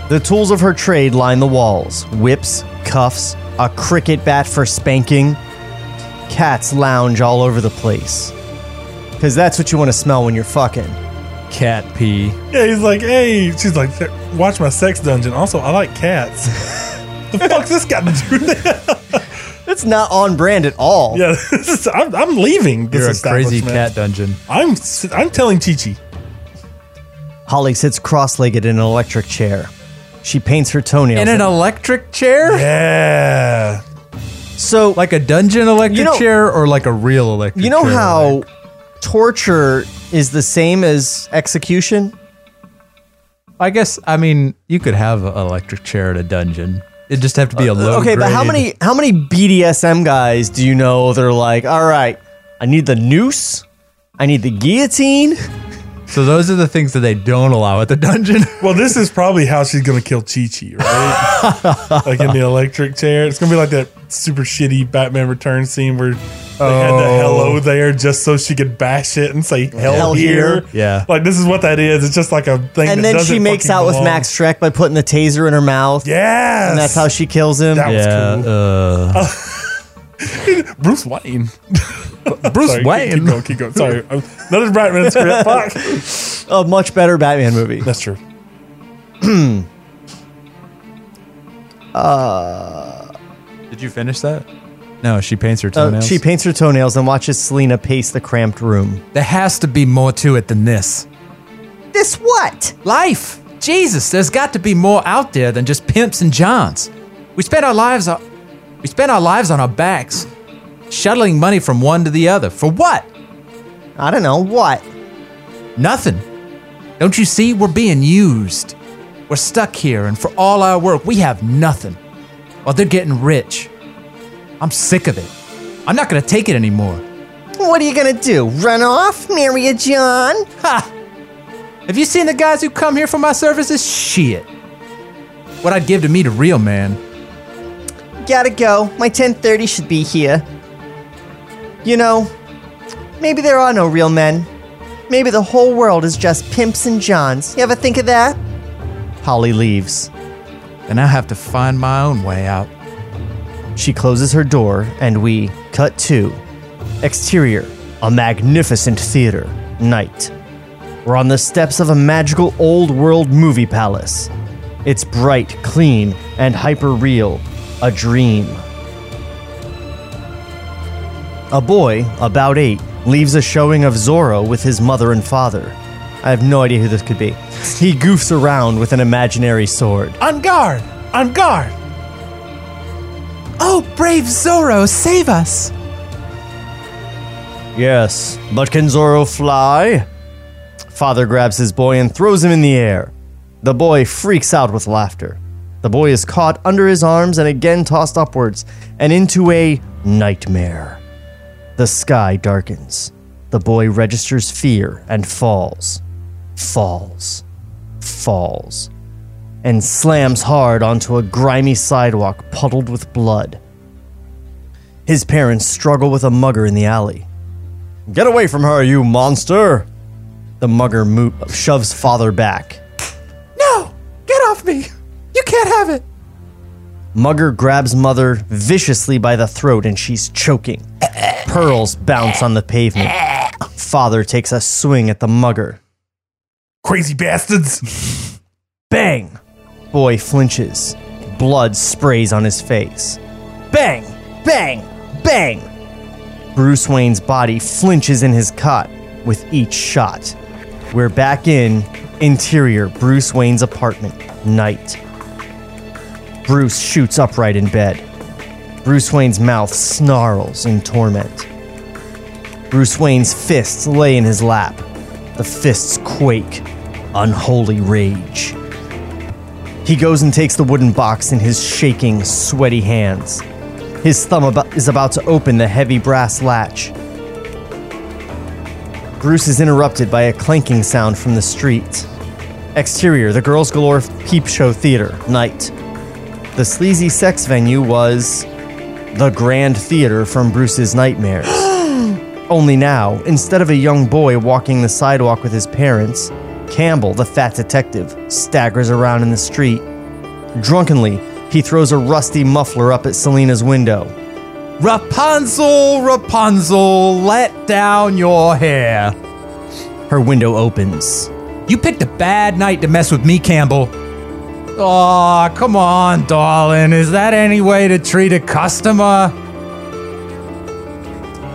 B: The tools of her trade line the walls whips, cuffs, a cricket bat for spanking. Cats lounge all over the place. Because that's what you want to smell when you're fucking.
E: Cat pee.
D: Yeah, he's like, hey, she's like, watch my sex dungeon. Also, I like cats. [LAUGHS] the fuck's this got to do with that? [LAUGHS]
B: That's not on brand at all.
D: Yeah, this is, [LAUGHS] I'm, I'm leaving. This
E: You're a crazy
D: establishment.
E: cat dungeon.
D: I'm s- I'm telling Chichi.
B: Holly sits cross legged in an electric chair. She paints her toenails.
E: In an electric chair?
D: Yeah,
B: so,
E: Like a dungeon electric
B: You know-
E: chair or like a real electric
B: you know
E: chair?
B: how
E: Like,
B: torture is the same as execution?
E: I guess, I mean, you could have an electric chair at a dungeon. It'd just have to be a
D: Oh,
E: low
B: okay, but how
E: grade-
B: many how many BDSM guys do you know that are like, all right, I need the noose, I need the
D: [LAUGHS]
B: guillotine.
E: So those are the things that they don't allow at the [LAUGHS] dungeon.
D: Well, this is probably how she's gonna kill Chi Chi, right?
B: [LAUGHS]
D: like in the electric chair. It's gonna be like that super shitty Batman Return scene where they had the hello there just so she could bash it and say hell,
B: Oh. Hell
D: here.
B: here.
E: Yeah.
D: like this is what that is. It's just like a thing.
B: And
D: that
B: then
D: doesn't
B: she makes
D: fucking
B: out with
D: belong.
B: Max Shrek by putting the taser in her mouth.
D: Yes,
B: And that's how she kills him.
D: That was
E: yeah.
D: cool.
E: Uh,
D: Bruce Wayne. [LAUGHS]
E: Bruce
D: Sorry, keep-
E: Wayne.
D: Keep going. Keep
B: [LAUGHS]
D: going. Sorry, I'm- another Batman script. Fuck.
B: A much better Batman movie.
D: That's true.
E: Did you finish that? No, she paints her
B: Uh,
E: toenails.
B: she paints her toenails and watches Selena pace the cramped room.
E: there has to be more to it than this.
B: This what?
E: Life! Jesus, there's got to be more out there than just pimps and johns. We spend our lives on, we spend our lives on our backs, shuttling money from one to the other. For what?
B: I don't know what.
E: Nothing. Don't you see? We're being used. We're stuck here, and for all our work, we have nothing. While they're getting rich. I'm sick of it. I'm not gonna take it anymore.
B: What are you gonna do? Run off? Marry a John?
E: Have you seen the guys who come here for my services? Shit. What I'd give to meet a real man.
B: Gotta go. My 1030 should be here. You know, maybe there are no real men. Maybe the whole world is just pimps and johns. You ever think of that? Holly leaves.
E: Then I have to find my own way out.
B: She closes her door, and we cut to exterior, a magnificent theater, night. We're on the steps of a magical old world movie palace. It's bright, clean, and hyper real, a dream. A boy, about eight, leaves a showing of Zorro with his mother and father. I have no idea who this could be. He goofs around with an imaginary sword.
E: On guard! On guard! Oh, brave Zorro, save us!
B: Yes, but can Zorro fly? Father grabs his boy and throws him in the air. The boy freaks out with laughter. The boy is caught under his arms and again tossed upwards and into a nightmare. The sky darkens. The boy registers fear and falls, falls, falls, and slams hard onto a grimy sidewalk puddled with blood. His parents struggle with a mugger in the alley. Get away from her, you monster! The mugger mo- shoves father back.
E: No! Get off me! You can't have it!
B: Mugger grabs mother viciously by the throat and she's choking. Pearls bounce on the pavement. Father takes a swing at the mugger.
D: Crazy bastards.
B: Bang! Boy flinches. Blood sprays on his face. Bang! Bang! Bang! Bruce Wayne's body flinches in his cot with each shot. We're back in interior Bruce Wayne's apartment, night. Bruce shoots upright in bed. Bruce Wayne's mouth snarls in torment. Bruce Wayne's fists lay in his lap. The fists quake, unholy rage. He goes and takes the wooden box in his shaking, sweaty hands. His thumb abo- is about to open the heavy brass latch. Bruce is interrupted by a clanking sound from the street. Exterior, the Girls Galore Peep Show Theater, night. The sleazy sex venue was the Grand Theater from Bruce's nightmares. Only now, instead of a young boy walking the sidewalk with his parents, Campbell, the fat detective, staggers around in the street, Drunkenly, he throws a rusty muffler up at Selena's window.
E: Rapunzel, Rapunzel, let down your hair.
B: Her window opens.
E: You picked a bad night to mess with me, Campbell. Aw, come on, darling. Is that any way to treat a customer?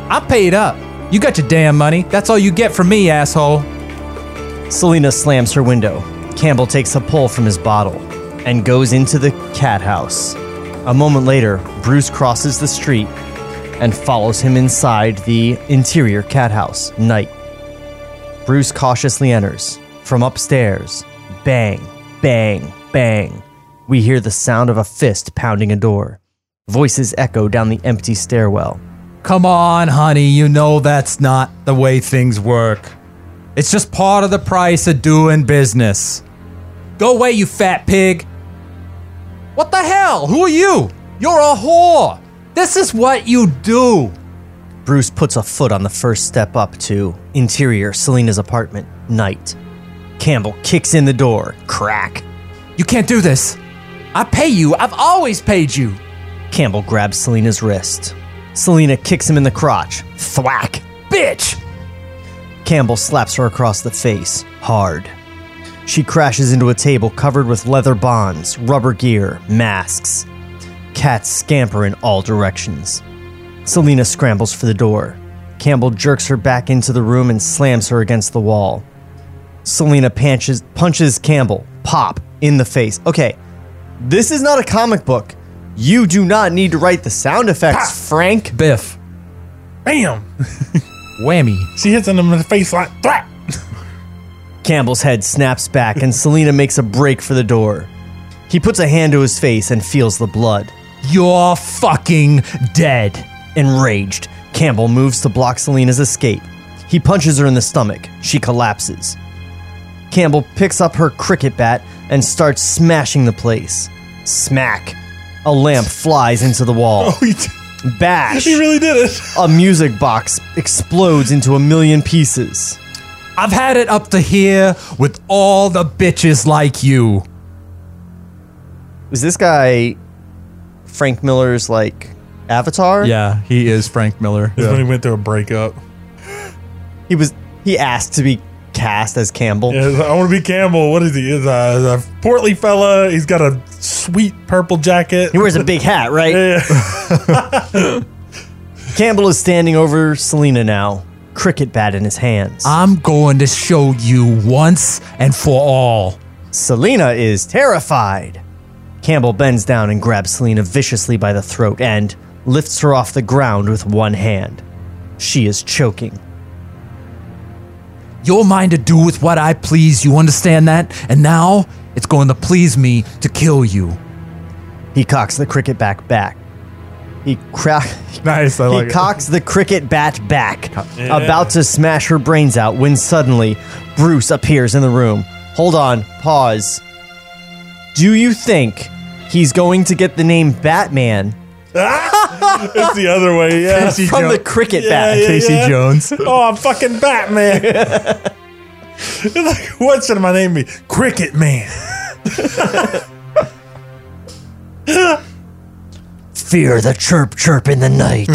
E: I paid up. You got your damn money. That's all you get from me, asshole.
B: Selena slams her window. Campbell takes a pull from his bottle and goes into the cat house. A moment later, Bruce crosses the street and follows him inside the interior cat house. Night. Bruce cautiously enters from upstairs. Bang, bang, bang. We hear the sound of a fist pounding a door. Voices echo down the empty stairwell.
E: Come on, honey. You know that's not the way things work. It's just part of the price of doing business. Go away, you fat pig. What the hell? Who are you? You're a whore. This is what you do.
B: Bruce puts a foot on the first step up to interior Selena's apartment. Night. Campbell kicks in the door. Crack.
E: You can't do this. I pay you. I've always paid you.
B: Campbell grabs Selena's wrist. Selena kicks him in the crotch. Thwack.
E: Bitch.
B: Campbell slaps her across the face, hard. She crashes into a table covered with leather bonds, rubber gear, masks. Cats scamper in all directions. Selena scrambles for the door. Campbell jerks her back into the room and slams her against the wall. Selena punches, punches Campbell, pop, in the face. Okay, this is not a comic book. You do not need to write the sound effects, Frank.
E: Biff.
D: Bam!
E: Whammy.
D: She hits him in the face like thwack. [LAUGHS]
B: Campbell's head snaps back, and Selena makes a break for the door. He puts a hand to his face and feels the blood.
E: You're fucking dead.
B: Enraged, Campbell moves to block Selena's escape. He punches her in the stomach. She collapses. Campbell picks up her cricket bat and starts smashing the place. Smack! A lamp flies into the
D: [LAUGHS]
B: wall.
D: he, t-
B: Bash!
D: he really did it.
B: a music box explodes into a million pieces.
E: I've had it up to here with all the bitches like you.
B: Was this guy Frank Miller's like avatar?
C: Yeah, he is Frank Miller.
D: That's when he went through a breakup.
B: He was he asked to be cast as Campbell.
D: Yeah, he's like, I want to be Campbell. What is he? He's a, a portly fella. He's got a sweet purple jacket.
B: He wears a big hat, right? [LAUGHS]
D: Yeah.
B: Campbell is standing over Selena now, cricket bat in his hands.
E: I'm going to show you once and for all.
B: Selena is terrified. Campbell bends down and grabs Selena viciously by the throat and lifts her off the ground with one hand. She is choking.
E: You're mine to do with what I please, you understand that? And now it's going to please me to kill you.
B: He cocks the cricket bat back. He cra- [LAUGHS]
C: Nice. I
B: He
C: like it.
B: cocks the cricket bat back, about to smash her brains out when suddenly Bruce appears in the room. Hold on, pause. Do you think he's going to get the name Batman
D: it's the other way.
E: [LAUGHS]
D: Yeah.
C: Casey,
B: from
C: Jo-
B: the cricket bat?
D: yeah,
C: Casey
D: yeah.
C: Jones.
D: Oh, I'm fucking Batman. It's like, what should my name be? Cricket Man.
B: Fear the chirp chirp in the night.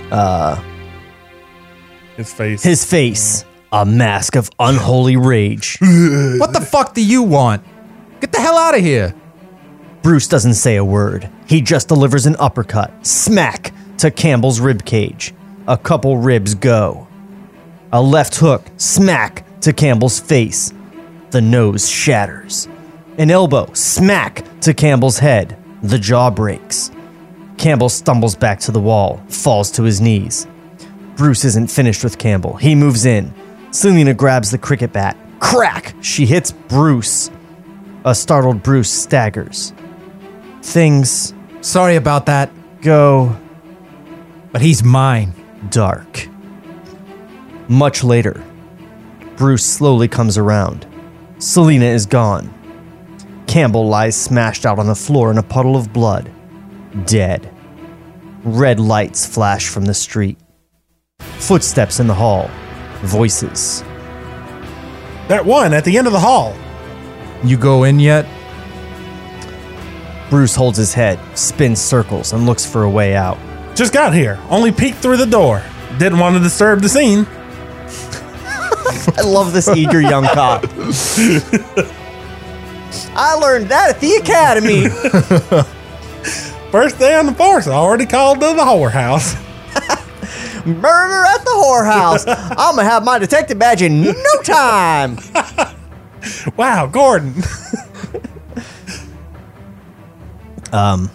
C: [LAUGHS]
B: uh,
D: His face.
B: his face, a mask of unholy rage.
E: What the fuck do you want? Get the hell out of here.
B: Bruce doesn't say a word. He just delivers an uppercut, smack, to Campbell's ribcage. A couple ribs go. A left hook, smack, to Campbell's face. The nose shatters. An elbow, smack, to Campbell's head. The jaw breaks. Campbell stumbles back to the wall, falls to his knees. Bruce isn't finished with Campbell. He moves in. Selena grabs the cricket bat. Crack! She hits Bruce. A startled Bruce staggers. Things
E: Sorry about that,
B: go
E: but he's mine.
B: dark. Much later, Bruce slowly comes around. Selena is gone. Campbell lies smashed out on the floor in a puddle of blood, dead. Red lights flash from the street. Footsteps in the hall. Voices.
D: That one at the end of the hall.
E: You go in yet?
B: Bruce holds his head, spins circles, and looks for a way out.
D: Just got here. Only peeked through the door. Didn't want to disturb the scene.
B: I love this eager young cop. I learned that at the academy.
D: First day on the force. I already called to the whorehouse. [LAUGHS]
B: Murder at the whorehouse. I'm gonna have my detective badge in no time.
D: Wow, Gordon. [LAUGHS]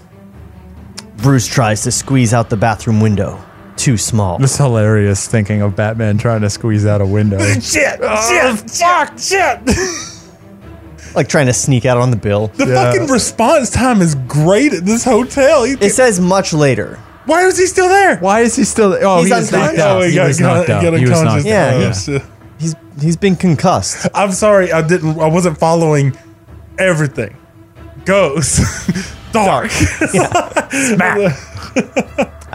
B: Bruce tries to squeeze out the bathroom window. Too small.
J: It's hilarious thinking of Batman trying to squeeze out a window.
D: shit, shit, Oh, fuck, shit.
B: Like trying to sneak out on the bill.
D: The fucking response time is great at this hotel. He-
B: It says much later.
D: why was he still there?
J: Why is he still? Oh,
B: He's
J: he was knocked
B: unconscious.
J: out.
D: he
J: He
D: got-
J: was
D: got-
J: knocked out.
D: got
J: He was
D: unconscious.
J: knocked
B: Yeah,
J: out.
D: Oh,
B: yeah.
D: shit.
B: He's he's been concussed.
D: I'm sorry, I didn't. I wasn't following everything. Ghost, [LAUGHS] dark. [LAUGHS]
B: I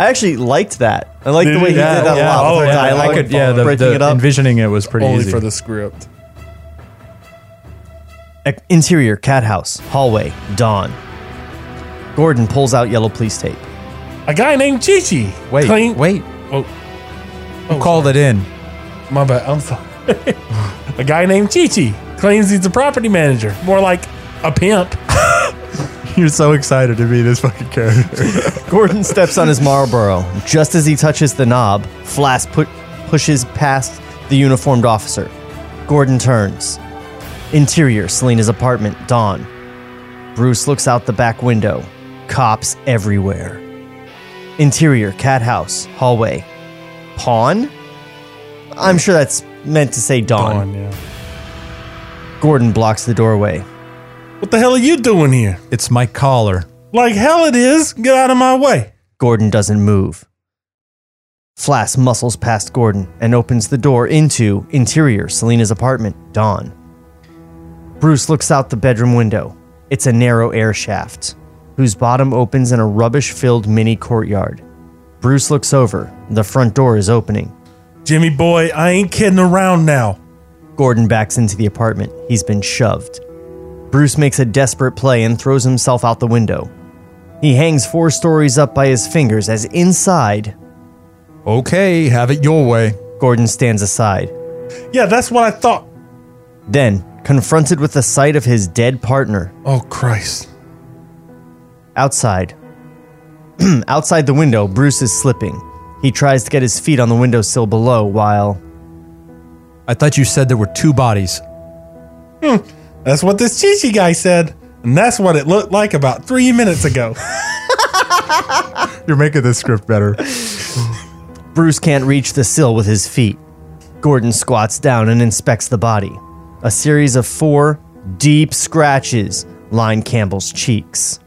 B: actually liked that. I liked the
D: Did
B: way
D: you?
B: he did that a lot.
D: Oh,
B: with
D: yeah,
B: our
D: I
B: dialogue,
D: could-
J: yeah, the,
B: breaking
J: the
B: it up.
J: envisioning it was pretty
D: Only
J: easy.
D: for the script.
B: Ac- Interior cat house, hallway, dawn. Gordon pulls out yellow police tape.
D: A guy named Chichi.
E: Wait,
D: Clean-
E: wait.
D: Oh.
E: you called it in.
D: My bad. I'm sorry. [LAUGHS] a guy named Chichi claims he's a property manager, more like a pimp.
J: You're so excited to be this fucking character. [LAUGHS]
B: Gordon steps on his Marlboro. Just as he touches the knob, Flash put, pushes past the uniformed officer. Gordon turns. Interior, Selena's apartment, dawn. Bruce looks out the back window. Cops everywhere. Interior, cat house, hallway. Pawn? I'm sure that's meant to say dawn.
D: yeah.
B: Gordon blocks the doorway.
D: What the hell are you doing here?
E: It's my collar.
D: Like hell it is. Get out of my way.
B: Gordon doesn't move. Flass muscles past Gordon and opens the door into interior Selena's apartment, dawn. Bruce looks out the bedroom window. It's a narrow air shaft, whose bottom opens in a rubbish filled mini courtyard. Bruce looks over. The front door is opening.
D: Jimmy boy, I ain't kidding around now.
B: Gordon backs into the apartment. He's been shoved. Bruce makes a desperate play and throws himself out the window. He hangs four stories up by his fingers as inside,
J: okay, have it your way.
B: Gordon stands aside.
D: Yeah, that's what I thought.
B: Then, confronted with the sight of his dead partner
D: Oh Christ.
B: outside, [CLEARS THROAT] outside the window, Bruce is slipping. He tries to get his feet on the windowsill below while
E: I thought you said there were two bodies.
D: That's what this Chichi guy said. And that's what it looked like about three minutes [LAUGHS] ago.
J: You're making this script better.
B: Bruce can't reach the sill with his feet. Gordon squats down and inspects the body. A series of four deep scratches line Campbell's cheeks.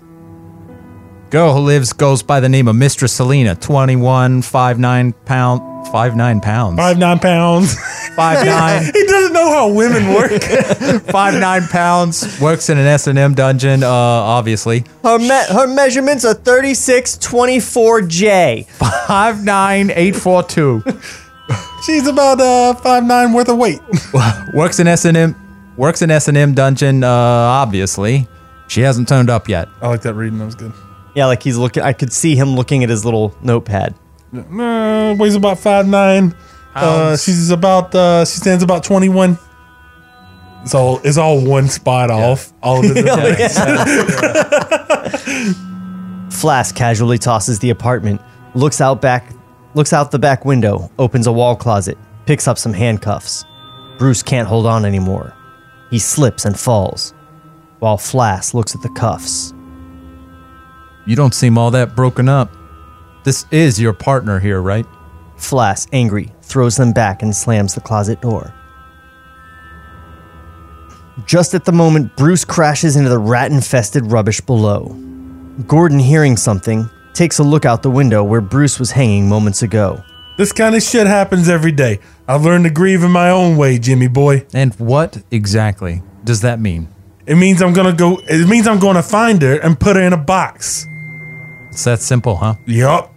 E: Girl who lives goes by the name of Mistress Selena, 21, 59 pound, 59 pounds.
D: Five nine pounds. [LAUGHS]
E: 59,
D: he doesn't know how women work. [LAUGHS]
E: 59 pounds, works in an S&M dungeon, uh, obviously.
B: Her, me- her measurements are 3624J.
E: 59842.
D: She's about uh five nine worth of weight.
E: works in S&M, works in S&M dungeon, uh, obviously. She hasn't turned up yet.
D: I like that reading. That was good.
B: Yeah, like he's looking, I could see him looking at his little notepad.
D: Uh, weighs about five nine. Uh,
E: Pounds.
D: she's about uh, she stands about twenty one. It's all it's all one spot off. All of it.
B: Flask casually tosses the apartment, looks out back, looks out the back window, opens a wall closet, picks up some handcuffs. Bruce can't hold on anymore. He slips and falls, while Flask looks at the cuffs.
E: You don't seem all that broken up. This is your partner here, right?
B: Flask, angry, throws them back and slams the closet door. Just at the moment, Bruce crashes into the rat infested rubbish below. Gordon, hearing something, takes a look out the window where Bruce was hanging moments ago.
D: This kind of shit happens every day. I've learned to grieve in my own way, Jimmy boy.
E: And what exactly does that mean?
D: It means I'm gonna go. It means I'm gonna find her and put her in a box.
E: It's that simple, huh?
D: Yup.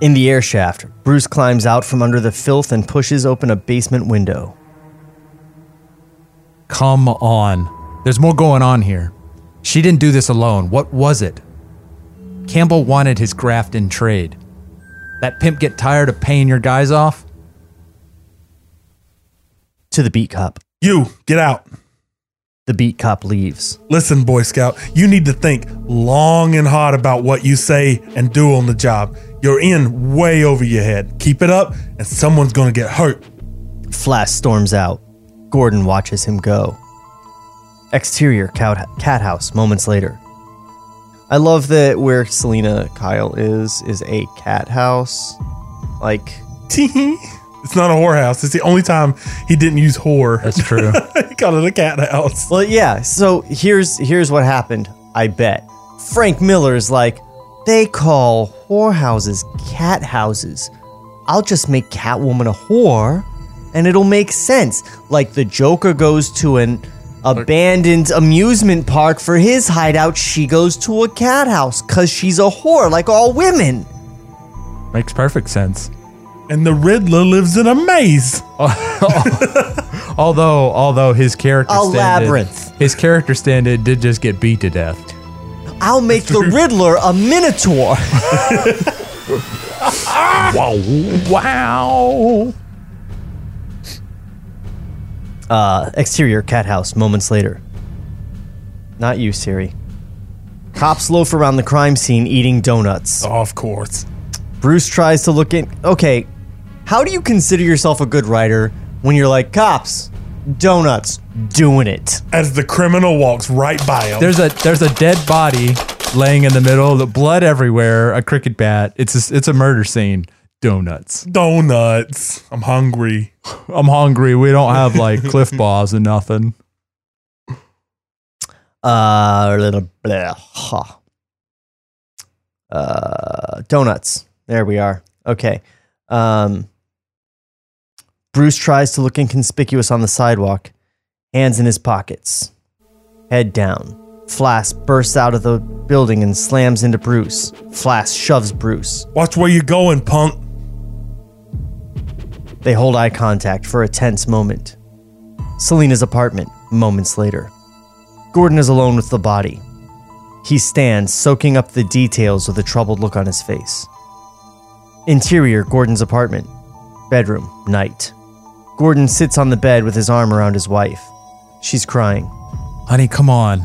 B: In the air shaft, Bruce climbs out from under the filth and pushes open a basement window.
E: Come on. There's more going on here. She didn't do this alone. What was it? Campbell wanted his graft in trade. That pimp get tired of paying your guys off?
B: To the beat cop.
D: You, get out.
B: The beat cop leaves.
D: Listen, Boy Scout, you need to think long and hard about what you say and do on the job. You're in way over your head. Keep it up, and someone's going to get hurt.
B: Flash storms out. Gordon watches him go. Exterior cow- cat house moments later. I love that where Selena Kyle is is a cat house. Like
D: [LAUGHS] It's not a whorehouse. It's the only time he didn't use whore.
C: That's true.
D: [LAUGHS] he called it a cat house.
B: Well, yeah. So here's here's what happened. I bet Frank Miller's like they call whorehouses cat houses. I'll just make Catwoman a whore, and it'll make sense. Like the Joker goes to an abandoned amusement park for his hideout, she goes to a cat house because she's a whore, like all women.
C: Makes perfect sense.
D: And the Riddler lives in
C: [LAUGHS]
D: a maze.
C: Although, although his character
B: A
C: stand-in-
B: labyrinth.
C: his character stand-in did just get beat to death.
B: I'll make the Riddler a Minotaur.
C: Wow!
B: Exterior cat house moments later. Not you, Siri. Cops loaf around the crime scene eating donuts.
D: Of course.
B: Bruce tries to look in. Okay, how do you consider yourself a good writer when you're like, cops, donuts, doing it?
D: As the criminal walks right by
C: [LAUGHS]
D: him.
C: There's a there's a dead body laying in the middle, the blood everywhere, a cricket bat. It's a, it's a murder scene. Donuts.
D: donuts. I'm hungry.
C: I'm hungry. We don't have like Cliff Bars and nothing.
B: Uh, a little blah. huh. Uh, donuts. There we are. Okay. Um, Bruce tries to look inconspicuous on the sidewalk, hands in his pockets, head down. Flash bursts out of the building and slams into Bruce. Flash shoves Bruce.
D: Watch where you're going, punk.
B: They hold eye contact for a tense moment. Selena's apartment, moments later. Gordon is alone with the body. He stands, soaking up the details with a troubled look on his face. Interior Gordon's apartment. Bedroom, night. Gordon sits on the bed with his arm around his wife. She's crying.
E: Honey, come on.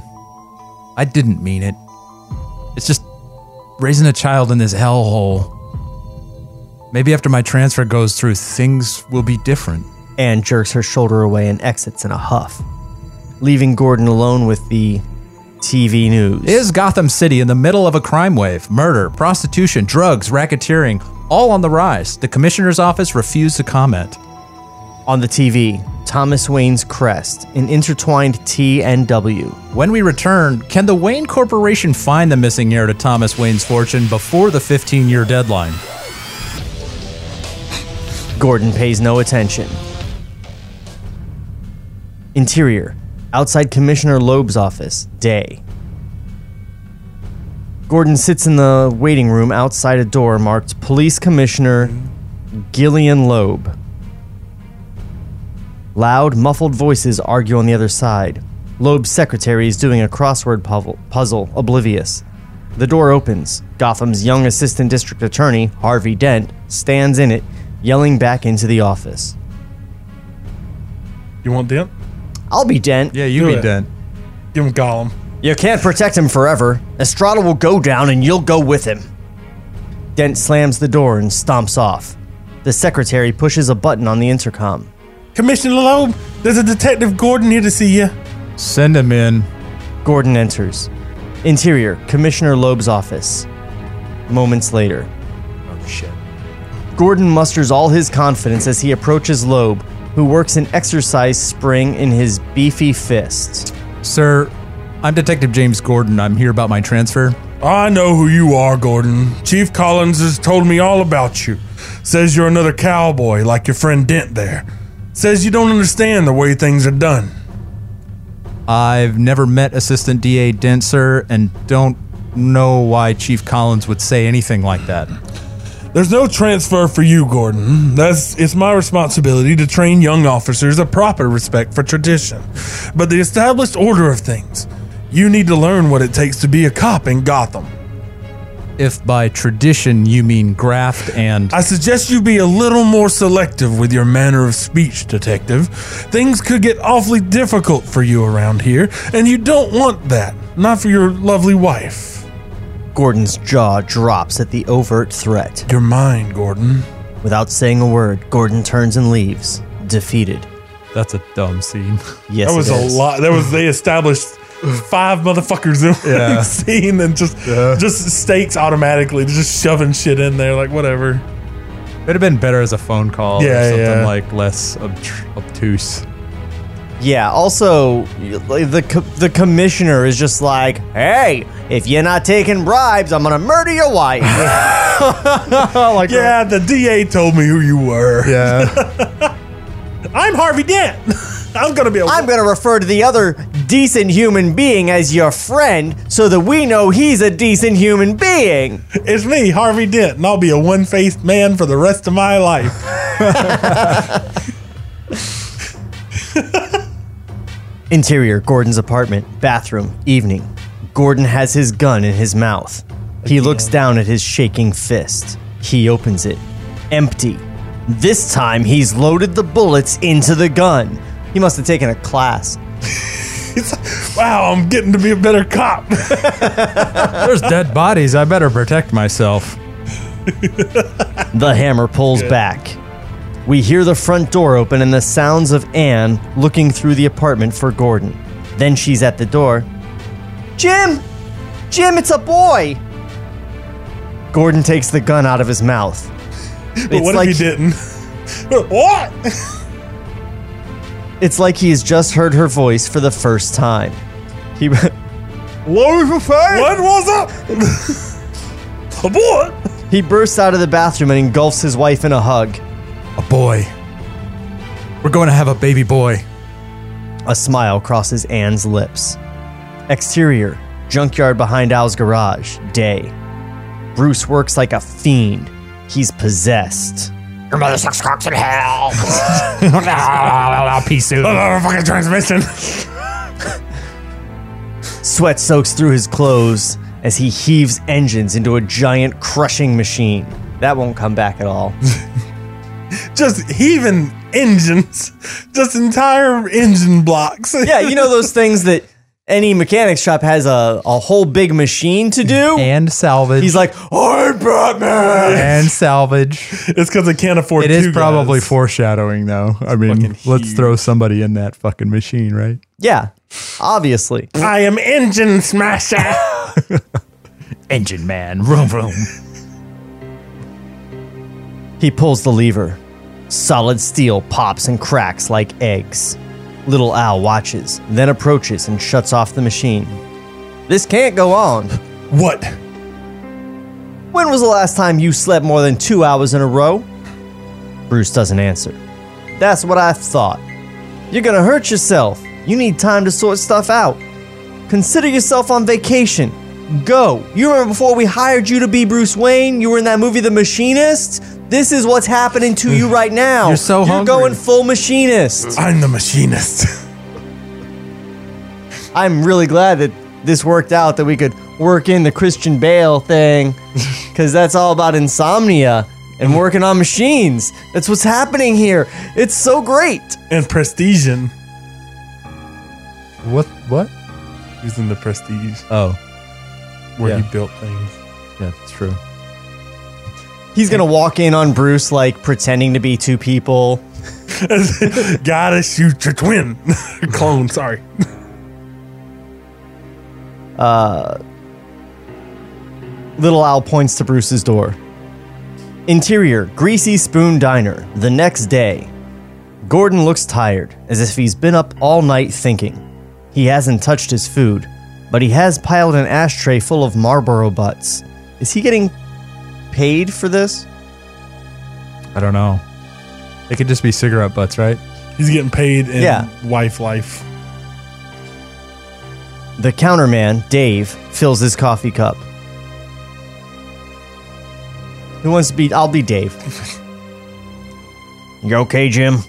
E: I didn't mean it. It's just raising a child in this hellhole. Maybe after my transfer goes through, things will be different.
B: Anne jerks her shoulder away and exits in a huff, leaving Gordon alone with the TV news.
E: Is Gotham City in the middle of a crime wave? Murder, prostitution, drugs, racketeering, all on the rise. The commissioner's office refused to comment.
B: On the TV, Thomas Wayne's crest, an intertwined T and W.
E: When we return, can the Wayne Corporation find the missing heir to Thomas Wayne's fortune before the 15 year deadline?
B: Gordon pays no attention. Interior, outside Commissioner Loeb's office, day. Gordon sits in the waiting room outside a door marked Police Commissioner Gillian Loeb. Loud, muffled voices argue on the other side. Loeb's secretary is doing a crossword puzzle, puzzle oblivious. The door opens. Gotham's young assistant district attorney, Harvey Dent, stands in it, yelling back into the office.
D: You want them?
B: I'll be Dent.
C: Yeah, you
D: Do
C: be
D: it.
C: done.
D: Give him Gollum.
B: You can't protect him forever. Estrada will go down and you'll go with him. Dent slams the door and stomps off. The secretary pushes a button on the intercom.
D: Commissioner Loeb, there's a detective Gordon here to see you.
C: Send him in.
B: Gordon enters. Interior, Commissioner Loeb's office. Moments later.
E: Oh, shit.
B: Gordon musters all his confidence as he approaches Loeb, who works an exercise spring in his beefy fist.
E: Sir, I'm Detective James Gordon. I'm here about my transfer.
D: I know who you are, Gordon. Chief Collins has told me all about you. Says you're another cowboy like your friend Dent there. Says you don't understand the way things are done.
E: I've never met Assistant DA Dent, sir, and don't know why Chief Collins would say anything like that.
D: There's no transfer for you, Gordon. That's it's my responsibility to train young officers a proper respect for tradition. But the established order of things, you need to learn what it takes to be a cop in Gotham.
E: If by tradition you mean graft and.
D: I suggest you be a little more selective with your manner of speech, detective. Things could get awfully difficult for you around here, and you don't want that. Not for your lovely wife.
B: Gordon's jaw drops at the overt threat.
D: Your mind, Gordon.
B: Without saying a word, Gordon turns and leaves, defeated.
E: That's a dumb scene.
B: Yes,
D: That was
B: it
D: a
B: is.
D: lot. That was they established five motherfuckers in one
C: Yeah.
D: [LAUGHS] scene and just just stakes automatically, just shoving shit in there, like whatever.
E: It'd have been better as a phone call
D: Yeah,
E: or something
D: yeah.
E: like less obtr- obtuse.
B: Yeah. Also, like, the co- the commissioner is just like, "Hey, if you're not taking bribes, I'm gonna murder your wife." like,
D: Yeah, the DA told me who you were.
C: Yeah.
D: [LAUGHS] I'm Harvey Dent. [LAUGHS] I'm gonna be a.
B: I'm gonna refer to the other decent human being as your friend, so that we know he's a decent human being.
D: it's me, Harvey Dent, and I'll be a one-faced man for the rest of my life. [LAUGHS]
B: Interior Gordon's apartment, bathroom, evening. Gordon has his gun in his mouth. He looks down at his shaking fist. He opens it. Empty. This time he's loaded the bullets into the gun. He must have taken a class.
D: wow, I'm getting to be a better cop. [LAUGHS]
E: There's dead bodies. I better protect myself.
B: The hammer pulls back. We hear the front door open and the sounds of Anne looking through the apartment for Gordon. Then she's at the door. Jim! Jim, it's a boy! Gordon takes the gun out of his mouth.
D: [LAUGHS] but
B: It's
D: what
B: like-
D: if you didn't? [LAUGHS] what?
B: It's like he has just heard her voice for the first time. He, [LAUGHS]
D: What was up? [LAUGHS] a boy.
B: he bursts out of the bathroom and engulfs his wife in a hug.
E: A boy. We're going to have a baby boy.
B: A smile crosses Anne's lips. Exterior, junkyard behind Al's garage, day. Bruce works like a fiend. He's possessed.
G: Your mother sucks cocks in hell.
E: Peace out.
D: Motherfucking transmission. [LAUGHS]
B: Sweat soaks through his clothes as he heaves engines into a giant crushing machine. That won't come back at all.
D: just heaving engines, just entire engine blocks.
B: yeah, you know those things that any mechanic shop has a, a whole big machine to do?
E: And salvage.
B: He's like,
D: I'm Batman.
E: and salvage.
D: [LAUGHS] It's because I can't afford.
E: It is
D: two
C: Probably
D: guys.
C: foreshadowing, though. I mean, let's throw somebody in that fucking machine, right?
B: yeah, obviously.
D: I am engine smasher. [LAUGHS]
E: Engine man. [LAUGHS] Vroom, vroom.
B: He pulls the lever. Solid steel pops and cracks like eggs. Little Al watches, then approaches and shuts off the machine. This can't go on.
D: what?
B: When was the last time you slept more than two hours in a row? Bruce doesn't answer. That's what I thought. You're gonna hurt yourself. You need time to sort stuff out. Consider yourself on vacation. Go. You remember before we hired you to be Bruce Wayne? You were in that movie The Machinist? This is what's happening to you right now.
E: Mm. You're so
B: You're
E: hungry.
B: going full machinist.
D: I'm the machinist. [LAUGHS]
B: I'm really glad that this worked out that we could work in the Christian Bale thing because that's all about insomnia and working on machines. That's what's happening here. It's so great.
D: and prestigian.
C: What? What?
D: He's in the prestige
E: Oh,
D: where
E: Yeah.
D: he built things. [LAUGHS]
E: yeah, that's true.
B: He's going to walk in on Bruce, like pretending to be two people.
D: Gotta shoot your twin [LAUGHS] clone. Sorry.
B: Little Al points to Bruce's door. Interior Greasy Spoon Diner, the next day. Gordon looks tired, as if he's been up all night thinking. He hasn't touched his food, but he has piled an ashtray full of Marlboro butts. Is he getting paid for this?
E: I don't know. It could just be cigarette butts, right?
D: He's getting paid in
B: Yeah.
D: wife life.
B: The counterman, Dave, fills his coffee cup. Who wants to be? I'll be Dave. you okay, Jim?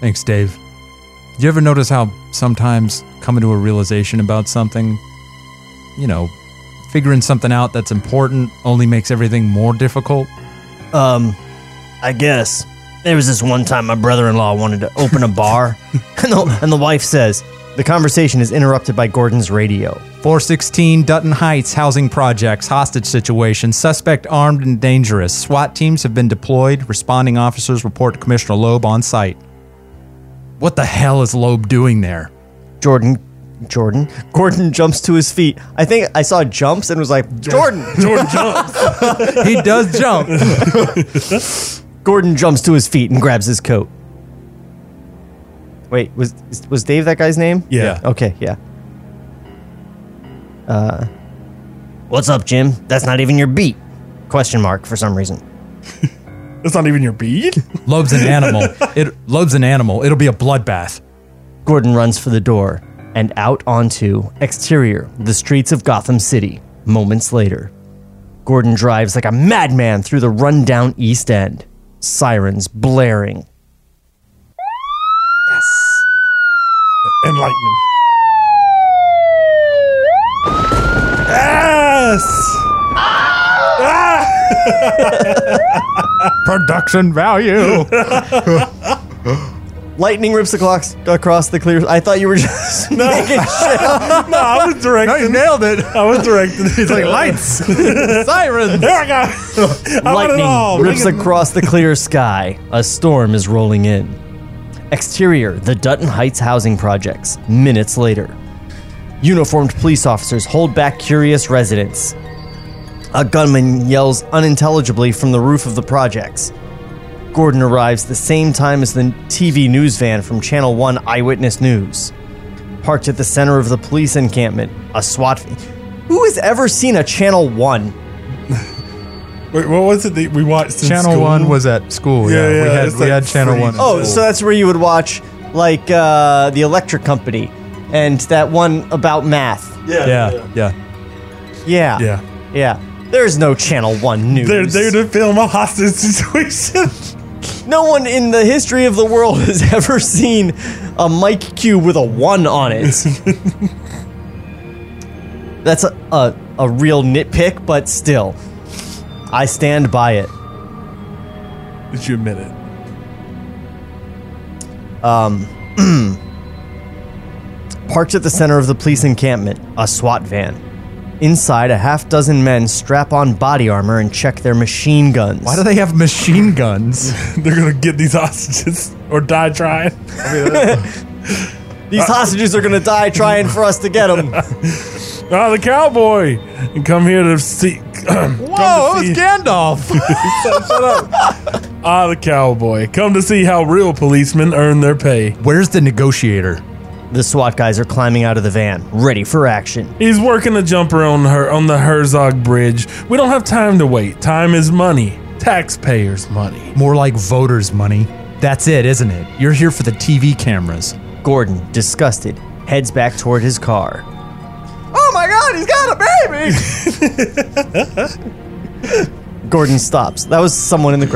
E: Thanks, Dave. You ever notice how sometimes coming to a realization about something, you know, figuring something out that's important only makes everything more difficult?
B: Um, I guess there was this one time my brother-in-law wanted to open a bar, and the, and the wife says the conversation is interrupted by Gordon's radio.
E: 416 Dutton Heights housing projects, hostage situation, suspect armed and dangerous. SWAT teams have been deployed. Responding officers report to Commissioner Loeb on site. What the hell is Loeb doing there?
B: Jordan, Jordan, Gordon jumps to his feet. I think I saw jumps and was like, Jordan.
D: Jordan jumps.
E: He
D: [LAUGHS]
E: does jump.
B: Gordon jumps to his feet and grabs his coat. Wait, was is- was Dave that guy's name?
K: Yeah.
B: Okay, yeah. Uh, what's up, Jim? That's not even your beat? Question mark for some reason.
D: That's not even your bead.
E: Loeb's an animal. It Loeb's an animal. It'll be a bloodbath.
B: Gordon runs for the door and out onto exterior, the streets of Gotham City. Moments later, Gordon drives like a madman through the rundown East End, sirens blaring.
D: And lightning. Yes.
L: Production value.
B: Lightning rips the clocks across the clear. I thought you were just [LAUGHS] making shit.
D: No, I was directing.
L: you nailed it.
D: I was directing. He's like [LAUGHS]
L: Lights.
D: There I go. [LAUGHS] I want it all.
B: Lightning rips across the clear sky. A storm is rolling in. Exterior, the Dutton Heights housing projects. Minutes later, uniformed police officers hold back curious residents. A gunman yells unintelligibly from the roof of the projects. Gordon arrives the same time as the TV news van from Channel 1 Eyewitness News. Parked at the center of the police encampment, a SWAT. Who has ever seen a Channel 1?
D: Wait, what was it that we watched? In
L: Channel
D: school?
L: One was at school.
D: Yeah,
L: Yeah,
D: yeah,
L: we had
D: it's
L: we
D: like
L: had Channel
D: free-
L: One.
D: Oh,
B: Oh, so that's where you would watch like uh, the Electric Company and that one about math.
D: Yeah.
E: Yeah, yeah.
B: Yeah,
K: Yeah.
B: yeah. There's no Channel One news.
D: They're there to film a hostage [LAUGHS] situation.
B: no one in the history of the world [LAUGHS] has ever seen a mic cube with a one on
D: [LAUGHS]
B: it. That's a, a, a real nitpick, but still, I stand by it.
D: Did you admit it?
B: Parked at the center of the police encampment, a SWAT van. Inside, a half dozen men strap on body armor and check their machine guns.
L: why do they have machine
D: [LAUGHS]
L: guns?
D: They're gonna get these hostages or die trying.
L: Uh,
B: These hostages are gonna die trying for us to
L: [LAUGHS]
B: get them.
D: Ah, the cowboy, and come here to see. [CLEARS THROAT] Whoa,
L: Oh, it's Gandalf.
D: Ah, the cowboy, come to see how real policemen earn their pay.
E: Where's the negotiator?
B: The SWAT guys are climbing out of the van, ready for action.
D: He's working a jumper on her on the Herzog Bridge. We don't have time to wait. Time is money, taxpayers' money.
E: More like voters' money. That's it, isn't it? You're here for the TV cameras.
B: Gordon, disgusted, heads back toward his car. Oh my god, he's got a baby! [LAUGHS] Gordon stops. That was someone in the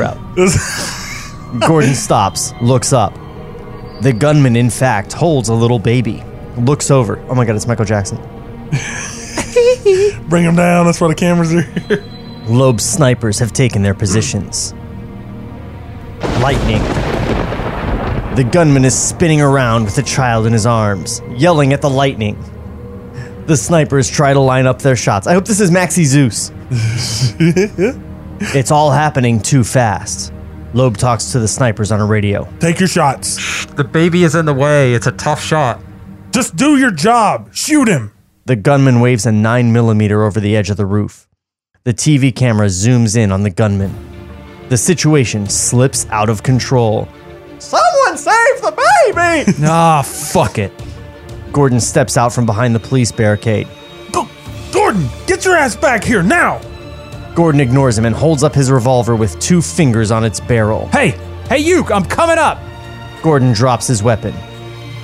B: [LAUGHS] crowd. Gordon stops, looks up. The gunman, in fact, holds a little baby. Looks over. Oh my god, it's Michael Jackson.
D: Bring them down. That's where the cameras are. [LAUGHS]
B: Loeb snipers have taken their positions. Lightning. The gunman is spinning around with the child in his arms, yelling at the lightning. The snipers try to line up their shots. I hope this is Maxi Zeus. it's all happening too fast. Loeb talks to the snipers on a radio.
D: Take your shots.
E: The baby is in the way. It's a tough shot.
D: Just do your job. Shoot him.
B: The gunman waves a 9mm over the edge of the roof. The TV camera zooms in on the gunman. The situation slips out of control. Someone save the baby! [LAUGHS]
E: Ah, fuck it.
B: Gordon steps out from behind the police barricade.
D: Go, Gordon, get your ass back here now.
B: Gordon ignores him and holds up his revolver with two fingers on its barrel.
E: Hey, hey, you, I'm coming up.
B: Gordon drops his weapon,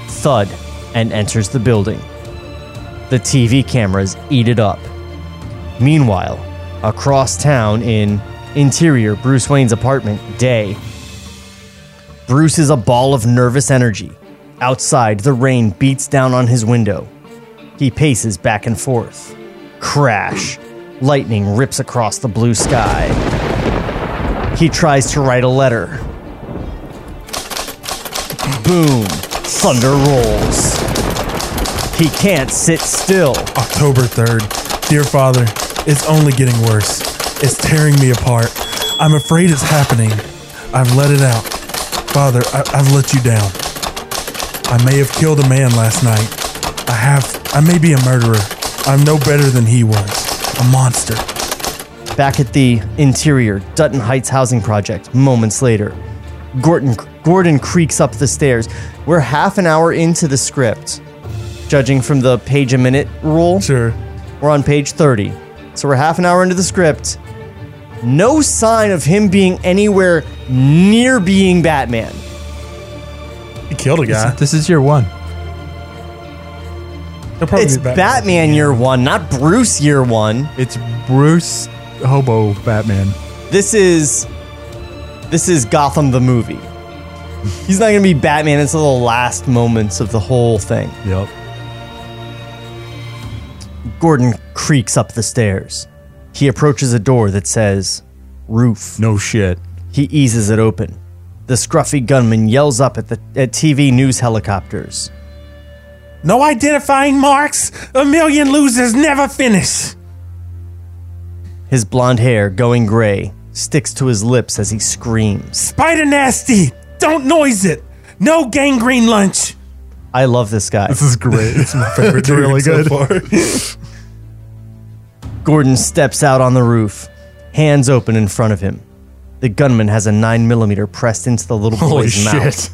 B: thud, and enters the building. The TV cameras eat it up. Meanwhile, across town in interior Bruce Wayne's apartment, day. Bruce is a ball of nervous energy. Outside, the rain beats down on his window. He paces back and forth. Crash. Lightning rips across the blue sky. He tries to write a letter. Boom. Thunder rolls. He can't sit still.
D: October 3rd. Dear Father, it's only getting worse. It's tearing me apart. I'm afraid it's happening. I've let it out. Father, I- I've let you down. I may have killed a man last night. I have. I may be a murderer. I'm no better than he was. A monster.
B: Back at the interior Dutton Heights housing project, moments later, Gordon Gordon creaks up the stairs. We're half an hour into the script, judging from the page a minute rule.
D: Sure.
B: We're on page 30. So we're half an hour into the script. No sign of him being anywhere near being Batman.
D: He killed a guy.
C: This is your one.
D: He'll probably
B: it's
D: be back.
B: Batman. year one, not Bruce year one.
C: It's Bruce Hobo Batman.
B: This is this is Gotham the movie. [LAUGHS] He's not gonna be Batman until the last moments of the whole thing.
C: Yep.
B: Gordon creaks up the stairs. He approaches a door that says roof.
C: No shit.
B: He eases it open. The scruffy gunman yells up at the at TV news helicopters.
M: No identifying marks. A million losers never finish.
B: His blonde hair, going gray, sticks to his lips as he screams.
M: Spider nasty. Don't noise it. No gangrene lunch.
B: I love this guy.
C: This is great. It's
E: [LAUGHS]
C: my favorite. it's really good.
B: Gordon steps out on the roof, hands open in front of him. The gunman has a 9mm pressed into the little
D: Holy
B: boy's mouth.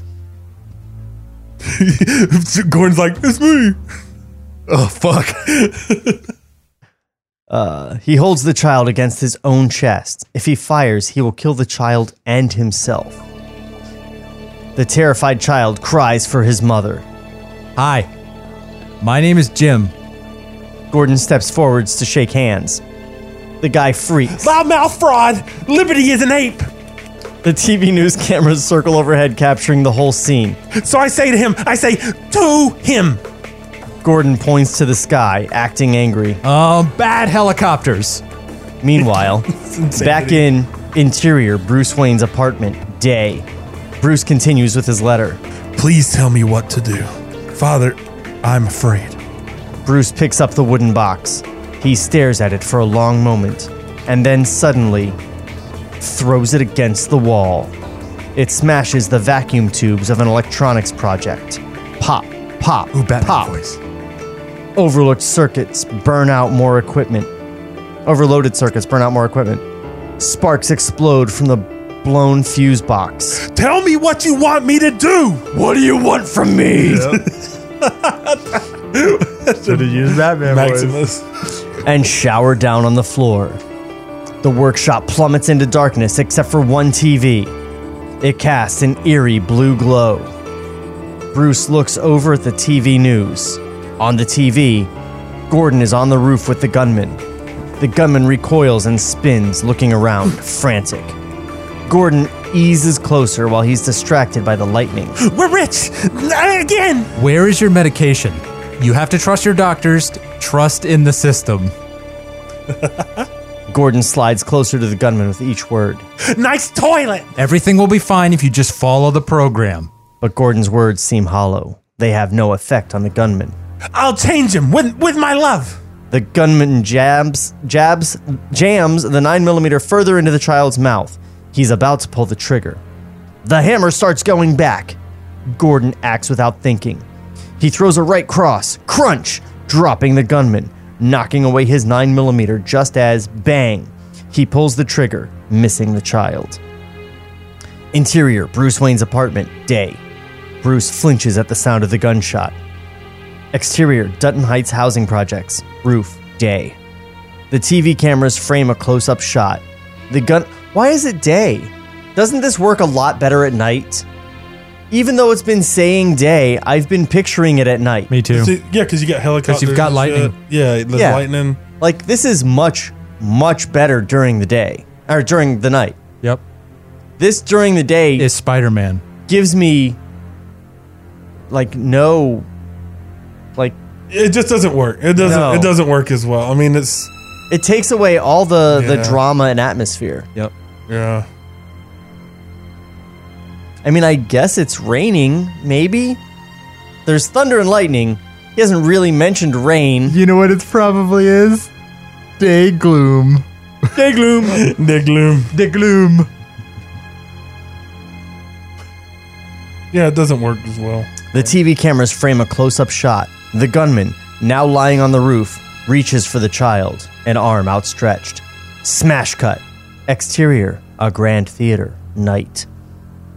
D: shit. Gordon's like, it's me. Oh, fuck.
B: He holds the child against his own chest. If he fires, he will kill the child and himself. The terrified child cries for his mother.
E: Hi, my name is Jim.
B: Gordon steps forwards to shake hands. The guy freaks.
M: Loudmouth fraud. Liberty is an ape.
B: The TV news cameras circle overhead, capturing the whole scene.
M: So I say to him, I say to him.
B: Gordon points to the sky, acting angry.
E: Um, bad helicopters.
B: Meanwhile, back in interior Bruce Wayne's apartment, day. Bruce continues with his letter.
D: Please tell me what to do. Father, I'm afraid.
B: Bruce picks up the wooden box. He stares at it for a long moment and then suddenly throws it against the wall. It smashes the vacuum tubes of an electronics project. Pop, pop,
C: Ooh, Batman
B: pop.
C: voice.
B: Overlooked circuits burn out more equipment. Overloaded circuits burn out more equipment. Sparks explode from the blown fuse box.
D: Tell me what you want me to do.
B: What do you want from me?
D: [LAUGHS]
C: Should have used Batman voice.
D: Maximus.
B: And shower down on the floor. The workshop plummets into darkness except for one TV. It casts an eerie blue glow. Bruce looks over at the TV news. On the TV, Gordon is on the roof with the gunman. The gunman recoils and spins, looking around, frantic. Gordon eases closer while he's distracted by the lightning.
M: We're rich. Again.
E: Where is your medication? You have to trust your doctors, trust in the system.
B: Gordon slides closer to the gunman with each word.
M: Nice toilet.
E: Everything will be fine if you just follow the program.
B: But Gordon's words seem hollow. They have no effect on the gunman.
M: I'll change him with with my love.
B: The gunman jabs, jabs, jams the 9mm further into the child's mouth. He's about to pull the trigger. The hammer starts going back. Gordon acts without thinking. He throws a right cross, crunch, dropping the gunman, knocking away his 9mm just as bang. He pulls the trigger, missing the child. Interior Bruce Wayne's apartment, day. Bruce flinches at the sound of the gunshot. Exterior Dutton Heights housing projects, roof, day. The TV cameras frame a close up shot. The gun. Why is it day? Doesn't this work a lot better at night? Even though it's been saying day, I've been picturing it at night.
C: Me too.
D: See, yeah, because you got helicopters.
E: you've got
D: and
E: lightning.
D: shit. Yeah, the
B: Yeah.
D: lightning.
B: Like, this is much much better during the day or during the night.
E: Yep.
B: This during the day
E: Is Spider Man.
B: gives me like no like
D: It just doesn't work. It doesn't.
B: No.
D: It doesn't work as well. I mean, it's
B: it takes away all the the
D: Yeah.
B: drama and atmosphere.
E: Yep.
D: [LAUGHS] yeah.
B: I mean, I guess it's raining, maybe. There's thunder and lightning. He hasn't really mentioned rain.
E: You know what it probably is? Day gloom.
D: Day gloom. Day gloom.
E: Day gloom.
D: Yeah, it doesn't work as well.
B: The TV cameras frame a close up shot. The gunman, now lying on the roof, reaches for the child, an arm outstretched. Smash cut. Exterior, a grand theater, night.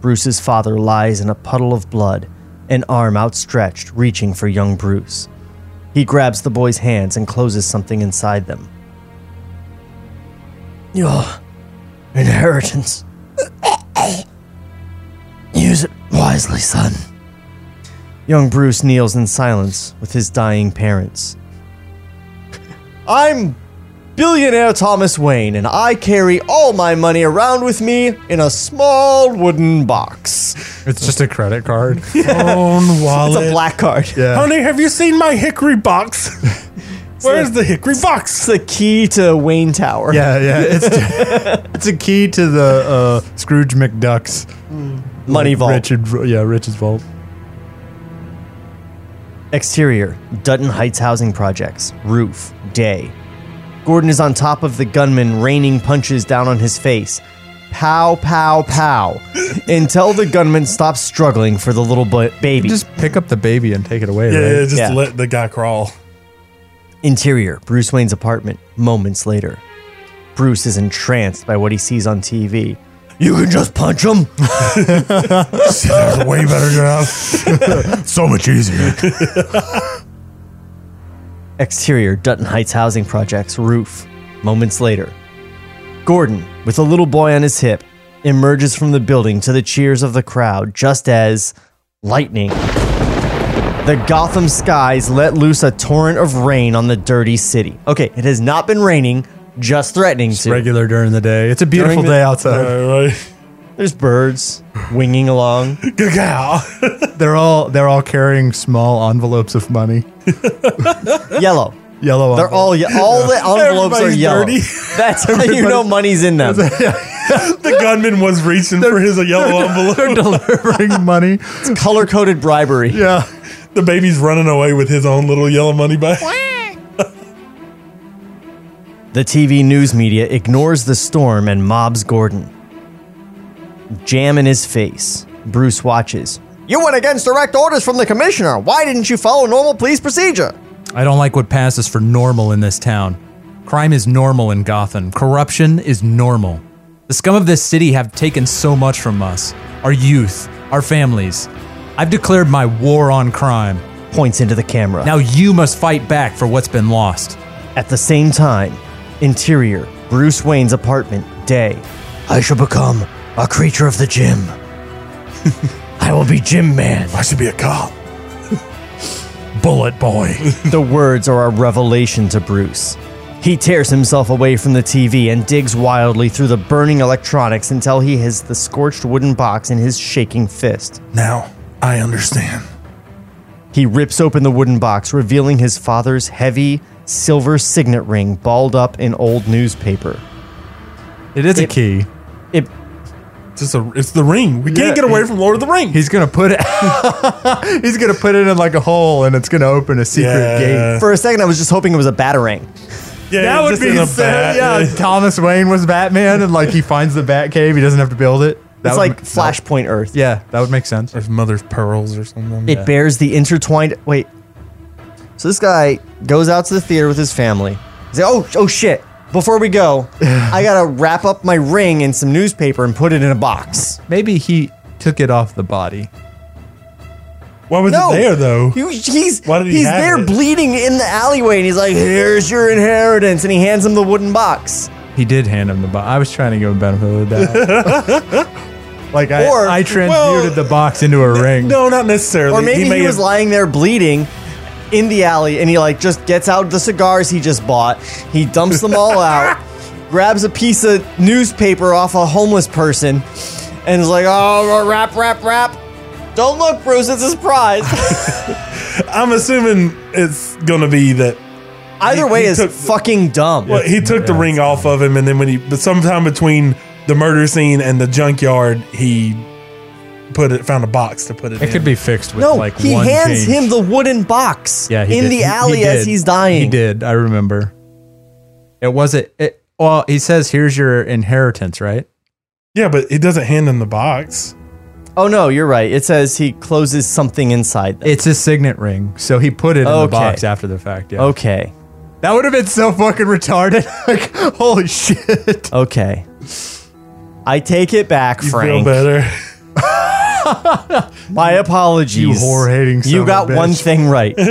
B: Bruce's father lies in a puddle of blood, an arm outstretched, reaching for young Bruce. He grabs the boy's hands and closes something inside them. Your inheritance. [COUGHS] Use it wisely, son. Young Bruce kneels in silence with his dying parents. I'm billionaire Thomas Wayne, and I carry all my money around with me in a small wooden box.
E: It's just a credit
D: [LAUGHS]
E: card.
D: Phone
B: It's
D: wallet.
B: a black card.
D: Honey, have you seen my hickory box? [LAUGHS] Where's the hickory box?
B: It's the key to Wayne Tower.
E: Yeah, Uh, yeah. It's it's a key to the uh, Scrooge McDuck's
B: Money vault.
E: Richard, yeah, Richard's vault.
B: Exterior Dutton Heights Housing Projects. Roof. Day. Gordon is on top of the gunman, raining punches down on his face. Pow, pow, pow. until the gunman stops struggling for the little bu- baby.
E: Just pick up the baby and take it away.
D: Yeah,
E: right?
D: yeah, just
B: Yeah.
D: let the guy crawl.
B: Interior Bruce Wayne's apartment. Moments later. Bruce is entranced by what he sees on TV. You can just punch
N: [LAUGHS]
B: him?
N: That's way better than us.
O: [LAUGHS]
N: so much easier.
B: Exterior Dutton Heights Housing Project's roof. Moments later, Gordon, with a little boy on his hip, emerges from the building to the cheers of the crowd just as lightning. The Gotham skies let loose a torrent of rain on the dirty city. Okay, it has not been raining, just threatening to.
E: Regular during the day. It's a beautiful
B: During the-
E: day outside.
D: All right.
B: There's birds winging
D: [LAUGHS]
B: along.
D: Good gal.
E: They're all they're all carrying small envelopes of money.
B: Yellow.
E: Yellow.
B: They're all ye- all the envelopes are
D: [LAUGHS] Everybody's
B: yellow.
D: dirty. [LAUGHS]
B: That's how [LAUGHS] you know money's in them.
D: The gunman was reaching for his yellow envelope. [LAUGHS]
E: delivering money.
B: Color coded bribery.
E: Yeah.
D: The baby's running away with his own little yellow money bag.
B: The TV news media ignores the storm and mobs Gordon. Jam in his face. Bruce watches. You went against direct orders from the commissioner. Why didn't you follow normal police procedure?
O: I don't like what passes for normal in this town. Crime is normal in Gotham. Corruption is normal. The scum of this city have taken so much from us our youth, our families. I've declared my war on crime.
B: Points into the camera.
O: Now you must fight back for what's been lost.
B: At the same time, interior, Bruce Wayne's apartment, day. I shall become a creature of the gym. [LAUGHS] I will be Gym Man.
N: I should be a cop. Bullet boy.
B: The words are a revelation to Bruce. He tears himself away from the TV and digs wildly through the burning electronics until he has the scorched wooden box in his shaking fist.
N: Now I understand.
B: He rips open the wooden box, revealing his father's heavy silver signet ring balled up in old newspaper.
E: It is a key.
B: It
D: Just a, it's the ring. We can't get away from Lord of the Ring.
E: He's gonna put it. [LAUGHS] he's gonna put it in like a hole, and it's gonna open a secret
D: Yeah.
E: gate.
B: for a second I was just hoping it was a batarang.
D: Yeah,
E: That would
D: just in
E: be
D: a
E: so,
D: bat.
E: yeah.
D: [LAUGHS]
E: Thomas Wayne was Batman, and like he finds the Bat Cave, he doesn't have to build it. That
B: It's
E: would
B: like
E: ma-
B: Flashpoint Earth.
E: Yeah, that would make sense.
D: There's mother's pearls or something.
B: It bears the intertwined. Wait. So this guy goes out to the theater with his family. He's like, oh, oh shit. Before we
D: [SIGHS]
B: go, I gotta wrap up my ring in some newspaper and put it in a box.
E: Maybe he took it off the body.
D: Why was
B: No.
D: it there though?
B: He- he's
D: Why did he
B: he's
D: have
B: there
D: it?
B: bleeding in the alleyway and he's like, here's your inheritance. And he hands him the wooden box.
E: He did hand him the box. I was trying to give him benefit of the
D: [LAUGHS]
E: doubt. like I,
B: Or-
E: I transmuted the box into a ring.
D: No, not necessarily.
B: Or maybe he,
D: may
B: was
D: have-
B: lying there bleeding
E: [LAUGHS]
B: in the alley and he like just gets out the cigars he just bought. He dumps them all out. grabs a piece of newspaper off a homeless person, and is like, "Oh, rap, rap, rap! Don't look, Bruce. It's a surprise."
E: [LAUGHS]
D: I'm assuming it's gonna be that
B: Either way
D: he
B: is
D: took-
B: fucking dumb.
D: well, he took the ring off of him, and then when he, but sometime between the murder scene and the junkyard, he put it, found a box to put it.
E: It
D: in.
E: could be fixed with
B: no,
E: like
B: he
E: one
B: hands
E: change.
B: him the wooden box
E: yeah, he
B: in
E: did.
B: the
E: He- he
B: alley as
E: did.
B: he's dying.
E: He did. I remember.
P: It was it. it well, he says, "Here's your inheritance," right?
D: Yeah, but he doesn't hand him the box.
B: Oh no, you're right. It says he closes something inside. Them.
E: It's his signet ring, so he put it in the
B: Okay.
E: box after the fact. Yeah,
B: okay,
E: that would have been so fucking retarded. [LAUGHS] like, holy shit!
B: [LAUGHS] okay. I take it back,
D: You
B: Frank.
D: feel better. [LAUGHS]
B: My apologies.
E: You whore-hating son
B: You
E: of
B: got
E: a bitch.
B: one thing
E: [LAUGHS]
B: right. Uh.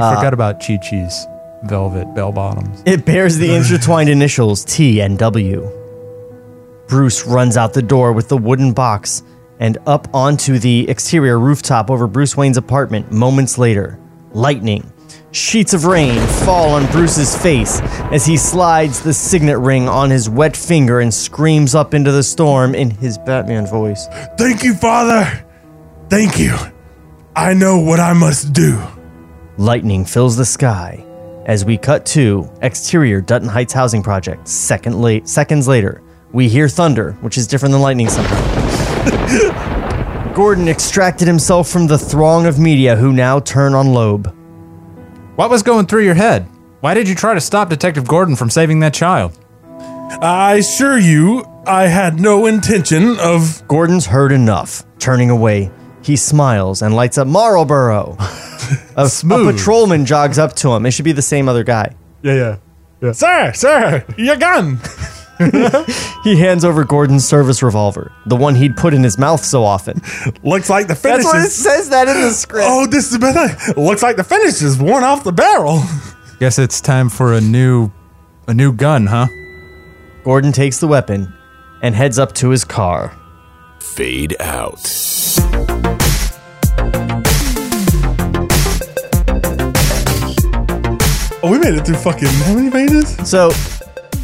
E: I forgot about Chi Chi's velvet bell bottoms.
B: It bears the intertwined initials T and W. Bruce runs out the door with the wooden box and up onto the exterior rooftop over Bruce Wayne's apartment moments later. Lightning. Sheets of rain fall on Bruce's face as he slides the signet ring on his wet finger and screams up into the storm in his Batman voice.
Q: Thank you, Father. Thank you. I know what I must do.
B: Lightning fills the sky as we cut to exterior Dutton Heights housing project. Second late seconds later, we hear thunder, which is different than lightning somehow. [LAUGHS] Gordon extracted himself from the throng of media who now turn on Loeb.
P: What was going through your head? Why did you try to stop Detective Gordon from saving that child?
Q: I assure you, I had no intention of.
B: Gordon's heard enough. Turning away, he smiles and lights up Marlboro. a, a patrolman jogs up to him. It should be the same other guy.
E: Yeah, yeah.
D: sir, sir, your gun.
B: He hands over Gordon's service revolver, the one he'd put in his mouth so often.
D: Looks like the finish
B: That's what it
D: is.
B: says that in the script.
D: Oh, this is better. Looks like the finish is worn off the barrel.
P: Guess it's time for a new, a new gun, huh?
B: Gordon takes the weapon and heads up to his car.
M: Fade out.
D: Oh, we made it through fucking how many pages?
B: So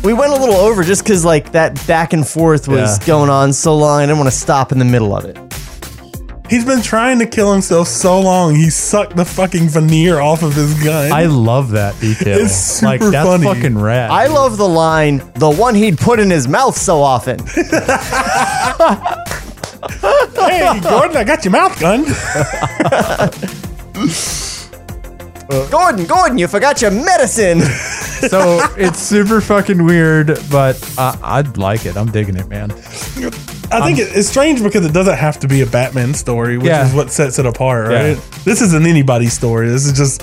B: we went a little over just because like that back and forth was
E: Yeah.
B: going on so long. I didn't want to stop in the middle of it.
D: He's been trying to kill himself so long. He sucked the fucking veneer off of his gun.
E: I love that detail.
D: It's super
E: like that's
D: funny.
E: fucking rad.
B: I love the line, the one he'd put in his mouth so often. [LAUGHS]
D: hey, Gordon, I got your mouth gun.
B: Gordon, Gordon, you forgot your
E: [LAUGHS]
B: medicine.
E: so it's super fucking weird, but uh, I'd like it. I'm digging it, man.
D: I think it it's strange because it doesn't have to be a Batman story, which
E: Yeah.
D: is what sets it apart,
E: Yeah.
D: right? This isn't anybody's story. This is just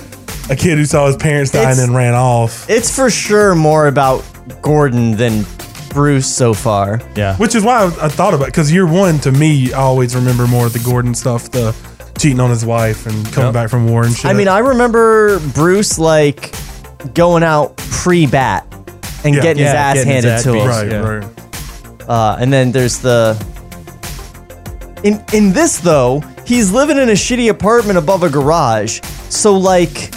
D: a kid who saw his parents die
B: It's-
D: and then ran off.
B: it's for sure more about Gordon than Bruce so far.
E: Yeah.
D: Which is why I, I thought about because year one to me, I always remember more of the Gordon stuff, the cheating on his wife and coming back from war and shit.
B: I mean, I remember Bruce like going out pre-bat and
D: Yeah.
B: getting his
E: Yeah,
B: ass
E: getting his
B: handed
E: ass
B: to
E: beat.
B: him.
D: right,
E: yeah.
D: right.
B: Uh, and then there's the. In in this though, he's living in a shitty apartment above a garage. So like,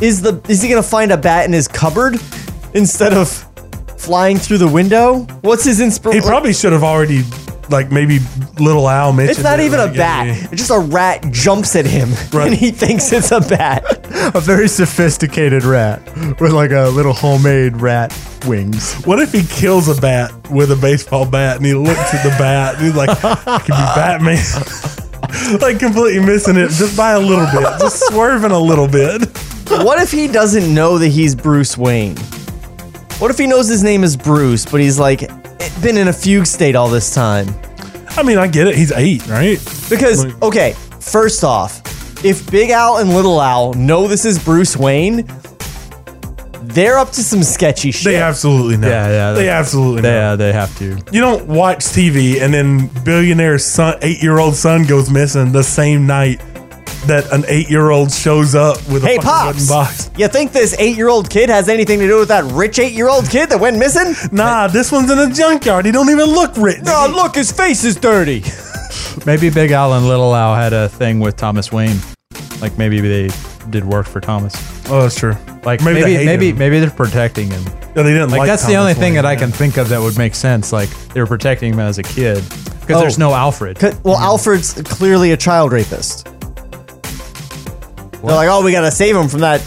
B: is the is he gonna find a bat in his cupboard instead of flying through the window? What's his
D: He
B: inspiration?
D: probably should have already, like maybe Little Al mentioned.
B: it's not
D: it
B: even
D: when
B: a
D: he got
B: bat.
D: here.
B: It's Just a rat jumps at him, [LAUGHS]
D: Right.
B: and he thinks it's a bat.
E: A very sophisticated rat with like a little homemade rat wings.
D: What if he kills a bat with a baseball bat and he looks at the bat and he's like, I could be Batman. [LAUGHS] like completely missing it just by a little bit, just swerving a little bit.
B: what if he doesn't know that he's Bruce Wayne? What if he knows his name is Bruce, but he's like eh, been in a fugue state all this time?
D: I mean, I get it. He's eight, right?
B: Because
D: Like-
B: okay, first off, if Big Al and Little Al know this is Bruce Wayne, they're up to some sketchy shit.
D: They absolutely know.
E: Yeah, yeah,
D: They
E: that-
D: absolutely know.
E: Yeah, they have to.
D: You don't watch TV and then billionaire son, eight year old son goes missing the same night that an eight year old shows up with
B: hey
D: a fucking wooden
B: pops,
D: box.
B: you think this eight-year-old kid has anything to do with that rich eight-year-old kid that went missing?
D: Nah, this one's in a junkyard. He don't even Oh, look rich.
B: No, look, his face is
D: [LAUGHS]
B: dirty.
E: Maybe Big Al and Little Al had a thing with Thomas Wayne. Like maybe they did work for Thomas.
D: Oh, that's true.
E: Like
D: Maybe
E: maybe
D: they hate
E: maybe maybe,
D: him.
E: they're protecting him.
D: Yeah, they didn't
E: Like,
D: like,
E: that's the
D: Thomas
E: only thing
D: Wayne,
E: that I
D: yeah.
E: can think of that would make sense. Like they were protecting him as a kid because
B: Oh.
E: there's
D: [LAUGHS]
E: no Alfred.
B: C- Well, Alfred's clearly a child rapist. They're like, oh, we gotta save him from that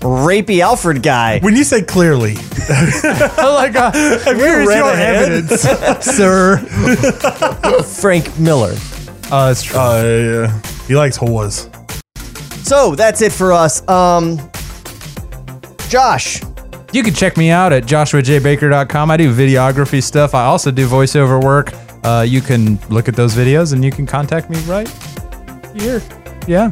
B: rapey Alfred guy.
D: When you say clearly, Oh
E: like uh, here's
D: read
E: your
D: ahead? [LAUGHS]
E: evidence, sir.
B: Frank Miller.
E: Uh, it's true.
D: uh, yeah. he likes whores.
B: So that's it for us. Um, Josh,
E: You can check me out at joshuajbaker.com. I do videography stuff. I also do voiceover work. Uh, you can look at those videos and you can contact me right here. Yeah.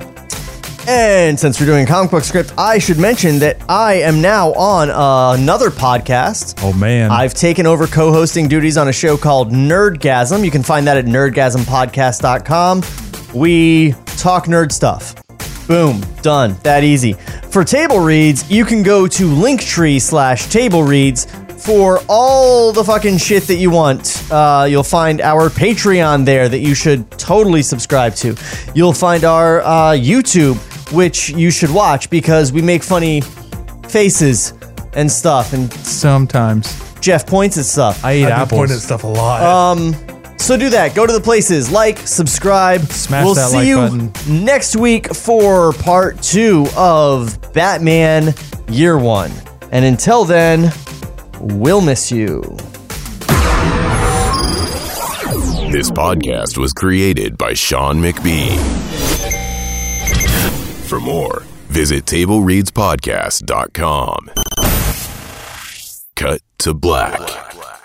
B: and since we're doing a comic book script, I should mention that I am now on uh, another podcast.
E: Oh man.
B: I've taken over co hosting duties on a show called Nerdgasm. You can find that at nerdgasmpodcast.com. We talk nerd stuff. Boom, done. That easy. For table reads, you can go to linktree slash table reads for all the fucking shit that you want. Uh, you'll find our Patreon there that you should totally subscribe to. You'll find our uh, YouTube, which you should watch because we make funny faces and stuff and
E: Sometimes
B: Jeff points at stuff.
E: I eat
D: I do point at
E: apples. Oh,
D: stuff a lot.
B: so do that. Go to the places, like, subscribe.
E: Smash
B: we'll
E: that
B: see
E: like
B: you
E: button.
B: next week for part two of Batman Year One. And until then, we'll miss you.
A: This podcast was created by Sean McBee. For more, visit TableReadsPodcast.com. Cut to black.